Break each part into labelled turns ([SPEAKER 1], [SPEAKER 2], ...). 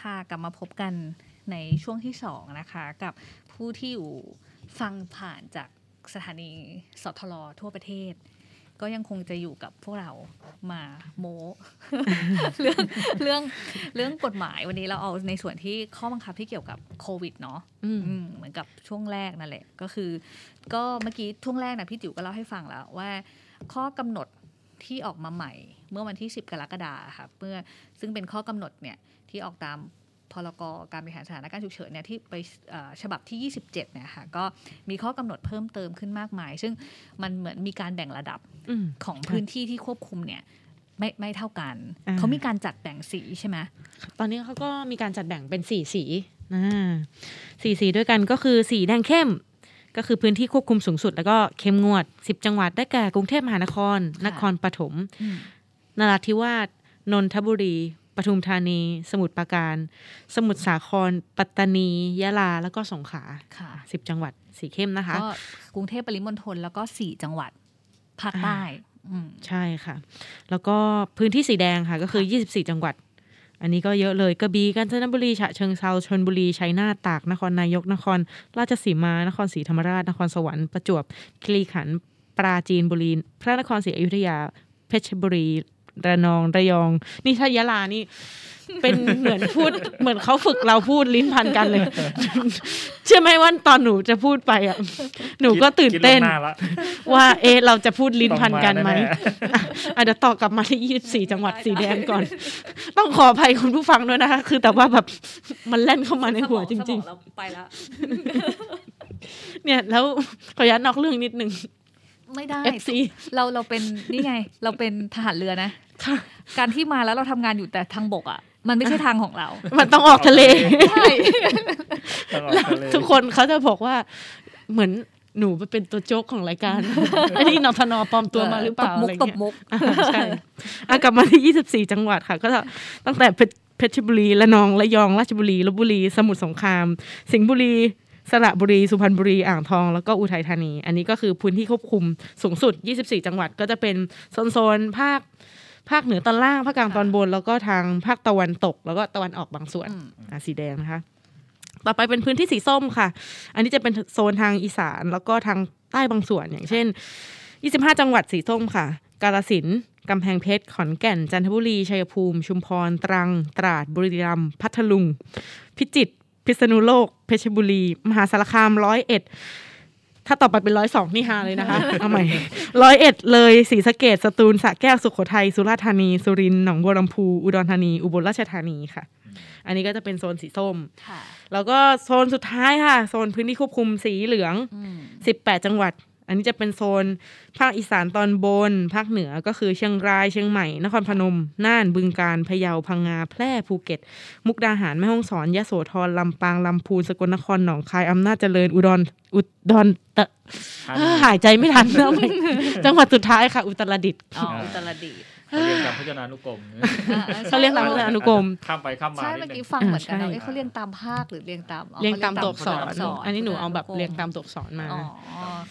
[SPEAKER 1] ค่ะกลับมาพบกันในช่วงที่สองนะคะ กับผู้ที่อยู่ฟังผ่านจากสถานีสทลทั่วประเทศ ก็ยังคงจะอยู่กับพวกเรามาโม เรื่องเรื่องเรื่องกฎหมายวันนี้เราเอาในส่วนที่ข้อบังคับที่เกี่ยวกับโควิดเนาะ
[SPEAKER 2] อืม
[SPEAKER 1] อืมเหมือนกับช่วงแรกนั่นแหละ ก็คือ ก็เมื่อกี้ช่วงแรกนะพี่จิ๋วก็เล่าให้ฟังแล้วว่า ข้อกำหนดที่ออกมาใหม่ เมื่อวันที่ 10 กรกฎาค่ะเมื่อซึ่งเป็นข้อกำหนดเนี่ยที่ออกตามพรกการบริหารสถานการณ์ฉุกเฉินเนี่ยที่ไปเอ่อฉบับที่ 27เนี่ยค่ะก็มีข้อกำหนดเพิ่มเติมขึ้นมากมาย ซึ่งมันเหมือนมีการแบ่งระดับ
[SPEAKER 2] อืม
[SPEAKER 1] ของพื้นที่ที่ควบคุมเนี่ยไม่ไม่เท่ากัน
[SPEAKER 2] อ่า
[SPEAKER 1] เขามีการจัดแบ่งสีใช่ไหม
[SPEAKER 2] ตอนนี้เขาก็มีการจัดแบ่งเป็นสี่สีนะสี่สีด้วยกันก็คือสีแดงเข้ม ก็คือพื้นที่ควบคุมสูงสุด แล้วก็เข้มงวด 10 จังหวัดได้แก่กรุงเทพมหานคร นครปฐม
[SPEAKER 1] อืม
[SPEAKER 2] นราธิวาสนนทบุรี ปทุมธานี สมุทรปราการ สมุทรสาคร ปัตตานี ยะลา แล้วก็สงขลา
[SPEAKER 1] ค่ะ
[SPEAKER 2] 10 จังหวัดสีเข้มนะคะ
[SPEAKER 1] ก็กรุงเทพปริมณฑลแล้วก็สี่จังหวัดภาคใต้อืม
[SPEAKER 2] ใช่ค่ะ แล้วก็พื้นที่สีแดงค่ะก็คือ 24 จังหวัด อันนี้ก็เยอะเลยกระบี่กาญจนบุรีฉะเชิงเทราชลบุรีชัยนาทตากนครนายกนคร ราชสีมานครศรีธรรมราชนครสวรรค์ประจวบคีรีขันธ์ปราจีนบุรี พระนครศรีอยุธยา เพชรบุรี ระนองระยอง นี่ถ้ายะลานี่ เป็นเหมือนพูด เหมือนเขาฝึกเราพูดลิ้นพันกันเลย เชื่อไหมว่าตอนหนูจะพูดไปอ่ะหนูก็ตื่นเต้น
[SPEAKER 3] คิดล่วงหน้าละ
[SPEAKER 2] ว่าเอะเราจะพูดลิ้น
[SPEAKER 3] ต้อง
[SPEAKER 2] พันกันไหม
[SPEAKER 3] าแ
[SPEAKER 2] อ่ะเดี๋ยวต่อกลับมาที่ยี่สิบสี่จังหวัด
[SPEAKER 1] ได้
[SPEAKER 2] สีแดงก่อน ต้องขออภัยคุณผู้ฟังด้วยนะคะ คือแต่ว่าแบบมันแล่นเข้ามาในหัวจริง
[SPEAKER 1] ๆเราไปแล้ว
[SPEAKER 2] ๆ เนี่ย แล้วขออนุญาตนอกเรื่องนิดนึง
[SPEAKER 1] ไม่ได้
[SPEAKER 2] FC
[SPEAKER 1] เราเราเป็นนี่ไง เราเป็นทหารเรือนะ
[SPEAKER 2] ค่ะ
[SPEAKER 1] การที่มาแล้วเราทำงานอยู่แต่ทางบกอ่ะ มันไม่ใช่ทางของเรา
[SPEAKER 2] มันต้องออกทะเล
[SPEAKER 1] ใช่
[SPEAKER 3] น่ตลอด
[SPEAKER 2] แล้ว
[SPEAKER 3] ทะเล
[SPEAKER 2] ทุกคนเขาจะบอกว่า เหมือนหนูไปเป็นตัวโจ๊กของราย การ อันนี้นทนปลอมตัวมาหรือเปล่า
[SPEAKER 1] ตบ
[SPEAKER 2] อะ
[SPEAKER 1] มุกต
[SPEAKER 2] ไร
[SPEAKER 1] บ
[SPEAKER 2] เงี้ย
[SPEAKER 1] มุก
[SPEAKER 2] อ่าใช่อ่ะกลับมาที่ 24 จังหวัดค่ะ ก็จะตั้งแต่เพชรเพชรบุรีระนองระยองราชบุรีลบบุรี สมุทรสงคราม สิงห์บุรี สระบุรี สุพรรณบุรี อ่างทอง แล้วก็อุทัยธานี อันนี้ก็คือพื้นที่ควบคุมสูงสุด 24 จังหวัด ก็จะเป็นโซนโซนๆภาค ภาคเหนือตอนล่าง ภาคกลางตอนบน แล้วก็ทางภาคตะวันตก แล้วก็ตะวันออกบางส่วน
[SPEAKER 1] อืม
[SPEAKER 2] อ่ะสีแดงนะคะ ต่อไปเป็นพื้นที่สีส้มค่ะ อันนี้จะเป็นโซนทางอีสาน แล้วก็ทางใต้บางส่วน อย่างเช่น 25 จังหวัดสีส้มค่ะ กาฬสินธุ์กำแพงเพชร ขอนแก่น จันทบุรี ชัยภูมิ ชุมพร ตรัง ตราด บุรีรัมย์ พัทลุง พิจิตร พิษณุโลก เพชรบุรี มหาสารคาม ร้อยเอ็ด ถ้าต่อไปเป็นร้อยสองนี่ฮาเลยนะคะ เอาใหม่ร้อยเอ็ดเลย ศรีสะเกดสตูล สระแก้ว สุโขทัย สุราษฎร์ธานี สุรินทร์ หนองบัวลำพู อุดรธานี อุบลราชธานีค่ะ อันนี้ก็จะเป็นโซนสีส้ม
[SPEAKER 1] ค่ะ
[SPEAKER 2] แล้วก็โซนสุดท้ายค่ะ โซนพื้นที่ควบคุมสีเหลือง
[SPEAKER 1] อืม
[SPEAKER 2] 18 จังหวัด อันนี้จะเป็นโซนภาคอีสานตอนบน ภาคเหนือก็คือเชียงราย เชียงใหม่ นครพนม น่าน บึงการ พะเยา พังงา แพร่ ภูเก็ต มุกดาหาร แม่ฮ่องสอน ยะโสธร ลำปาง ลำพูน สกลนคร หนองคาย อำนาจเจริญ อุดร อุดรตะ
[SPEAKER 3] ท่าน
[SPEAKER 2] เอ้อหายใจไม่ทัน แล้ว จังหวัดสุดท้ายค่ะ อุตรดิตถ์
[SPEAKER 1] อ๋ออุตรดิตถ์
[SPEAKER 3] เขาเรียกตามพจนานุกรม
[SPEAKER 1] อ่ะ
[SPEAKER 2] เขาเรียกตามพจนานุกรม
[SPEAKER 3] ข้ามไปข้ามมา
[SPEAKER 1] ใช่
[SPEAKER 3] นิด
[SPEAKER 1] เมื่อ
[SPEAKER 3] นึง
[SPEAKER 1] กี้ฟังเหมือนกันเนอะ
[SPEAKER 2] อ่าใช่
[SPEAKER 1] เอ๊ะเขาเรียงตามภาคหรือเรียงตามอ๋อ
[SPEAKER 2] เรียงตามตัวอักษร
[SPEAKER 1] เขาเยงตามตัวกษ
[SPEAKER 2] อันนี้หนูเอาแบบ
[SPEAKER 1] พจ
[SPEAKER 2] เรียงตามตัวอักษรมา
[SPEAKER 1] อ๋อ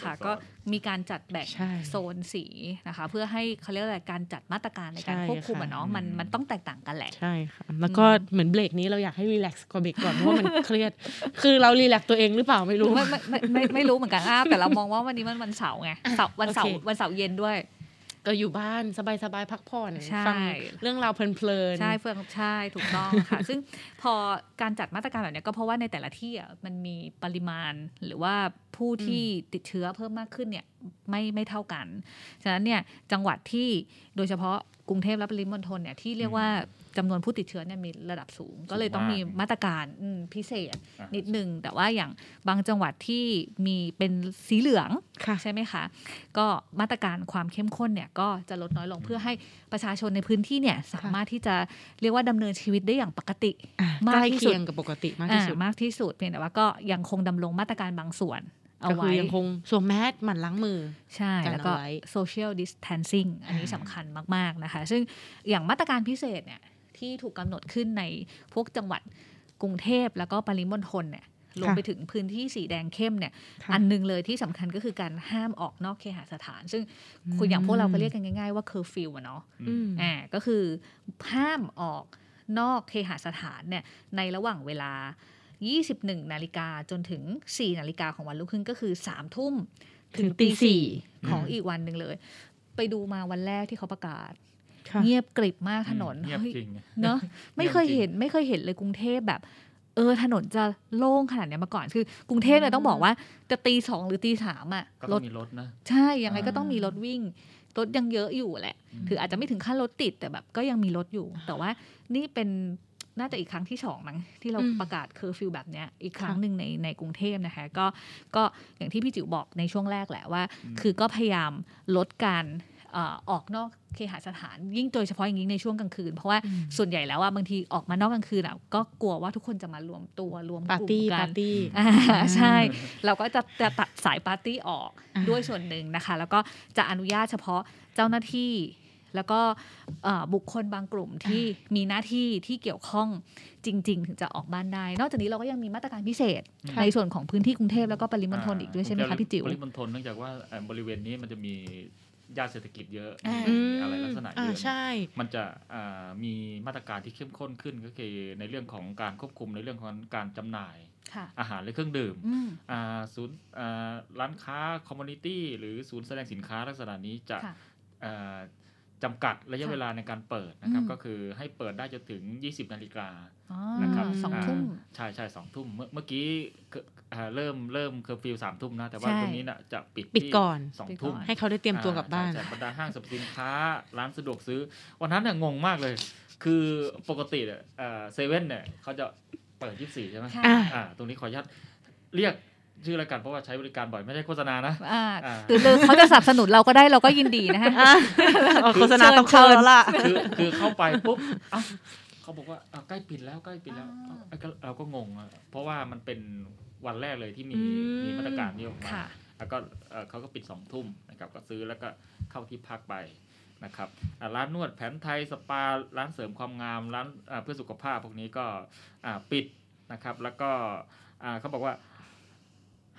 [SPEAKER 1] ค่ะ ก็มีการจัดแบ่ง
[SPEAKER 2] ใช่
[SPEAKER 1] โซนสีนะคะ เพื่อให้เขาเรียกอะไรการจัดมาตรการในการ
[SPEAKER 2] ใช่
[SPEAKER 1] ควบคุม
[SPEAKER 2] ค่ะ
[SPEAKER 1] อะเนาะมันมันต้องแตกต่างกันแหละ
[SPEAKER 2] ใช่ค่ะ แล้วก็เหมือนเบรกนี้เราอยากให้รีแลกซ์กว่าเบรกก่อน เพราะว่ามันเครียด คือเรารีแลกซ์ตัวเองหรือเปล่าไม่รู้
[SPEAKER 1] ไม่ไม่ไมไม่ไม่รู้เหมือนกัน อ้าวแต่เรามองว่าวันนี้มันวันเสาร์ไงเสาร์วันเสาร์
[SPEAKER 2] โอเค
[SPEAKER 1] วันเสาร์เย็นด้วย
[SPEAKER 2] ก็อยู่บ้านสบายๆพักผ่อน
[SPEAKER 1] ใช่
[SPEAKER 2] ฟัเรื่องราวเพลินๆ
[SPEAKER 1] ใช่เฟื่องใช่ถูกต้อง ค่ะ ซึ่งพอการจัดมาตรการแบบเนี้ยก็เพราะว่าในแต่ละที่อะมันมีปริมาณหรือว่าผู้ที่ติดเชื้อเพิ่มมากขึ้นเนี่ยไม่ไม่เท่ากัน ฉะนั้นเนี่ยจังหวัดที่โดยเฉพาะกรุงเทพและปริมณฑลเนี่ยที่เรียกว่าจำนวนผู้ติดเชื้อเนี่ยมีระดับสูง ก็เลยต้องมีมาตรการอืมพิเศษ
[SPEAKER 3] อ่า
[SPEAKER 1] นิดนึง แต่ว่าอย่างบางจังหวัดที่มีเป็นสีเหลือง
[SPEAKER 2] ค่ะ
[SPEAKER 1] ใช่ไหมคะ ก็มาตรการความเข้มข้นเนี่ยก็จะลดน้อยลงเพื่อให้ประชาชนในพื้นที่เนี่ยสามารถที่จะเรียกว่าดำเนินชีวิตได้อย่างปกติ
[SPEAKER 2] อ่ะ
[SPEAKER 1] มาก
[SPEAKER 2] ใกล้
[SPEAKER 1] ที่สุด
[SPEAKER 2] เคียงกับปกติมากที่สุด
[SPEAKER 1] อ่มากที่สุดเพียงแต่ว่าก็ยังคงดำรงมาตรการบางส่วนเอา
[SPEAKER 2] ก็คื
[SPEAKER 1] ไว้
[SPEAKER 2] อยังคงสวมแมสหมั่นล้างมือ
[SPEAKER 1] ใช่
[SPEAKER 2] กัน
[SPEAKER 1] แล้วก็
[SPEAKER 2] เอาไว้
[SPEAKER 1] social distancing อันนี้
[SPEAKER 2] อ่า
[SPEAKER 1] สำคัญมาก ๆ นะคะ ซึ่งอย่างมาตรการพิเศษเนี่ยที่ถูกกำหนดขึ้นในพวกจังหวัดกรุงเทพแล้วก็ปริมณฑลเนี่ยรวมไปถึงพื้นที่สีแดงเข้มเนี่ย
[SPEAKER 2] ค่ะ
[SPEAKER 1] อันหนึงเลยที่สำคัญก็คือการห้ามออกนอกเคหสถาน ซึ่งคุณอย่างพวกเราก็เรียกกันง่ายๆว่าเคอร์ฟิวเนาะ
[SPEAKER 2] อืม
[SPEAKER 1] อ่าก็คือห้ามออก นอกเคหสถานเนี่ยในระหว่างเวลา 21 นาฬิกาจนถึง 4 นาฬิกาของวันรุ่งขึ้นก็คือ 3 ทุ่ม
[SPEAKER 2] ถึงตีสี่
[SPEAKER 1] 4ของ
[SPEAKER 3] อืม
[SPEAKER 1] อีกวันหนึ่งเลย ไปดูมาวันแรกที่เขาประกาศ
[SPEAKER 2] ค่ะ
[SPEAKER 1] เงียบกริบมากถนน
[SPEAKER 3] เงียบ
[SPEAKER 1] เฮ้ย
[SPEAKER 3] จริง
[SPEAKER 1] เนอะไม่เคย
[SPEAKER 3] จริง
[SPEAKER 1] เห็นไม่เคยเห็นเลยกรุงเทพแบบ เออถนนจะโล่งขนาดเนี้ยมาก่อนคือกรุงเทพเนี่ยต้องบอกว่าจะตีสองหรือตีสามอะ
[SPEAKER 3] ก็
[SPEAKER 1] ร
[SPEAKER 3] ต้อ
[SPEAKER 1] ถ
[SPEAKER 3] งมีรถนะ
[SPEAKER 1] ใช่ยังไงก็
[SPEAKER 2] อ่า
[SPEAKER 1] ต้องมีรถวิ่ง รถยังเยอะอยู่แหละ
[SPEAKER 3] อืม
[SPEAKER 1] คืออาจจะไม่ถึงขั้นรถติดแต่แบบก็ยังมีรถอยู่ แต่ว่านี่เป็นน่าจะอีกครั้งที่สองมั้งที่เรา
[SPEAKER 2] อืม
[SPEAKER 1] ประกาศเคอร์ฟิวแบบเนี้ยอีกครั้งหนึ่งในในกรุงเทพนะคะก็ก็อย่างที่พี่จิ๋วบอกในช่วงแรกแหละว่า
[SPEAKER 3] อืม
[SPEAKER 1] คือก็พยายามลดการเอ่อออกนอกเคหสถาน ยิ่งโดยเฉพาะอย่างยิ่งในช่วงกลางคืน เพราะว่า
[SPEAKER 2] อืม
[SPEAKER 1] ส่วนใหญ่แล้วว่าบางทีออกมานอกกลางคืนอ่ะก็กลัวว่าทุกคนจะมารวมตัวรวม
[SPEAKER 2] ปาก ร์
[SPEAKER 1] ลุ่
[SPEAKER 2] ตี้
[SPEAKER 1] มกั
[SPEAKER 2] ปาน ร์ตี้
[SPEAKER 1] อ่าใช่
[SPEAKER 2] อื
[SPEAKER 1] เราก็จะจะตัดสายปาร์ตี้ออก
[SPEAKER 2] อ่า
[SPEAKER 1] ด้วยส่วนหนึ่งนะคะ แล้วก็จะอนุญาตเฉพาะเจ้าหน้าที่ แล้วก็เอ่อบุคคลบางกลุ่มที่มีหน้าที่ที่เกี่ยวข้องจริง ๆ ถึงจะออกบ้านได้ นอกจากนี้เราก็ยังมีมาตรการพิเศษ
[SPEAKER 3] ค่ะ
[SPEAKER 1] ในส่วนของพื้นที่กรุงเทพแล้วก็ปริมณฑลอีกด้วยใช่ไหม
[SPEAKER 3] กรุง
[SPEAKER 1] คะ
[SPEAKER 3] เทพ
[SPEAKER 1] พี่จิ๋ว
[SPEAKER 3] ปริมณฑลเนื่องจากว่าเอ่อบริเวณนี้มันจะมีย่านเศรษฐกิจเยอะ
[SPEAKER 1] อ่ามี
[SPEAKER 3] มีอะไรลักษณะ
[SPEAKER 2] อ่า
[SPEAKER 3] เยอะ
[SPEAKER 2] ใช่
[SPEAKER 3] มันจะอ่ามีมาตรการที่เข้มข้นขึ้นก็คือในเรื่องของการควบคุมในเรื่องของการจำหน่าย
[SPEAKER 1] ค่ะ
[SPEAKER 3] อาหารและเครื่องดื่ม
[SPEAKER 1] อืม
[SPEAKER 3] อ่าศูนย์อ่าร้านค้าคอมมูนิตี้หรือศูนย์แสดงสินค้าลักษณะนี้จะ
[SPEAKER 1] ค่ะ
[SPEAKER 3] อ่าจำกัดระยะ
[SPEAKER 1] ค่ะ
[SPEAKER 3] เวลาในการเปิดนะครับ
[SPEAKER 1] อืม
[SPEAKER 3] ก็คือให้เปิดได้จนถึง 20 นาฬิกา
[SPEAKER 1] อ๋อ
[SPEAKER 3] นะครับ
[SPEAKER 1] สองทุ่ม
[SPEAKER 3] าใช่ใช่สองทุ่มเมื่อเมื่อกี้เคอ่าเริ่มเริ่มเคอร์ฟิวสามทุ่มนะ แต่ว่า
[SPEAKER 1] ใช่
[SPEAKER 3] ตรงนี้นะจะปิด
[SPEAKER 2] ปิด
[SPEAKER 3] ที่
[SPEAKER 2] ก่อน
[SPEAKER 3] สอง
[SPEAKER 1] ปิดก่อน
[SPEAKER 3] ทุ่ม
[SPEAKER 2] ให้เขาได้เตรียมตัวกลับบ้าน
[SPEAKER 3] อ่ใช่ใช่บรรดาห้างสรรพสินค้า ร้านสะดวกซื้อ วันนั้นน่ะงงมากเลย คือปกติเนี่ยเซเว่นเนี่ยเขาจะเปิด 24 ใช่ไหม
[SPEAKER 1] ค่ะ
[SPEAKER 2] อ่า
[SPEAKER 3] อ่าตรงนี้ขออนุญาตเรียกชื่อรายการเพราะว่าใช้บริการบ่อยไม่ได้โฆษณานะ
[SPEAKER 1] อ่า
[SPEAKER 3] อ่า
[SPEAKER 1] ตื่นเลยเขาจะสนับสนุนเราก็ได้เราก็ยินดีนะคะ
[SPEAKER 2] อ่ะเอาโฆษณาต้องเข้าแล้วล่ะ
[SPEAKER 3] คือคือเข้าไปปุ๊บเอ้าเขาบอกว่าอ่าใกล้ปิดแล้วใกล้ปิดแล้ว
[SPEAKER 1] อ่า
[SPEAKER 3] เอ้าก็เราก็งงอะเพราะว่ามันเป็นวันแรกเลยที่มี
[SPEAKER 2] อืม
[SPEAKER 3] มีมาตรการนี้ออกมา
[SPEAKER 1] ค่ะ
[SPEAKER 3] แล้วก็เอ่อเขาก็ปิดสองทุ่มนะครับก็ซื้อแล้วก็เข้าที่พักไปนะครับอ่าร้านนวดแผนไทยสปาร้านเสริมความงามร้านอ่าเพื่อสุขภาพพวกนี้ก็อ่าปิดนะครับ แล้วก็อ่าเขาบอกว่า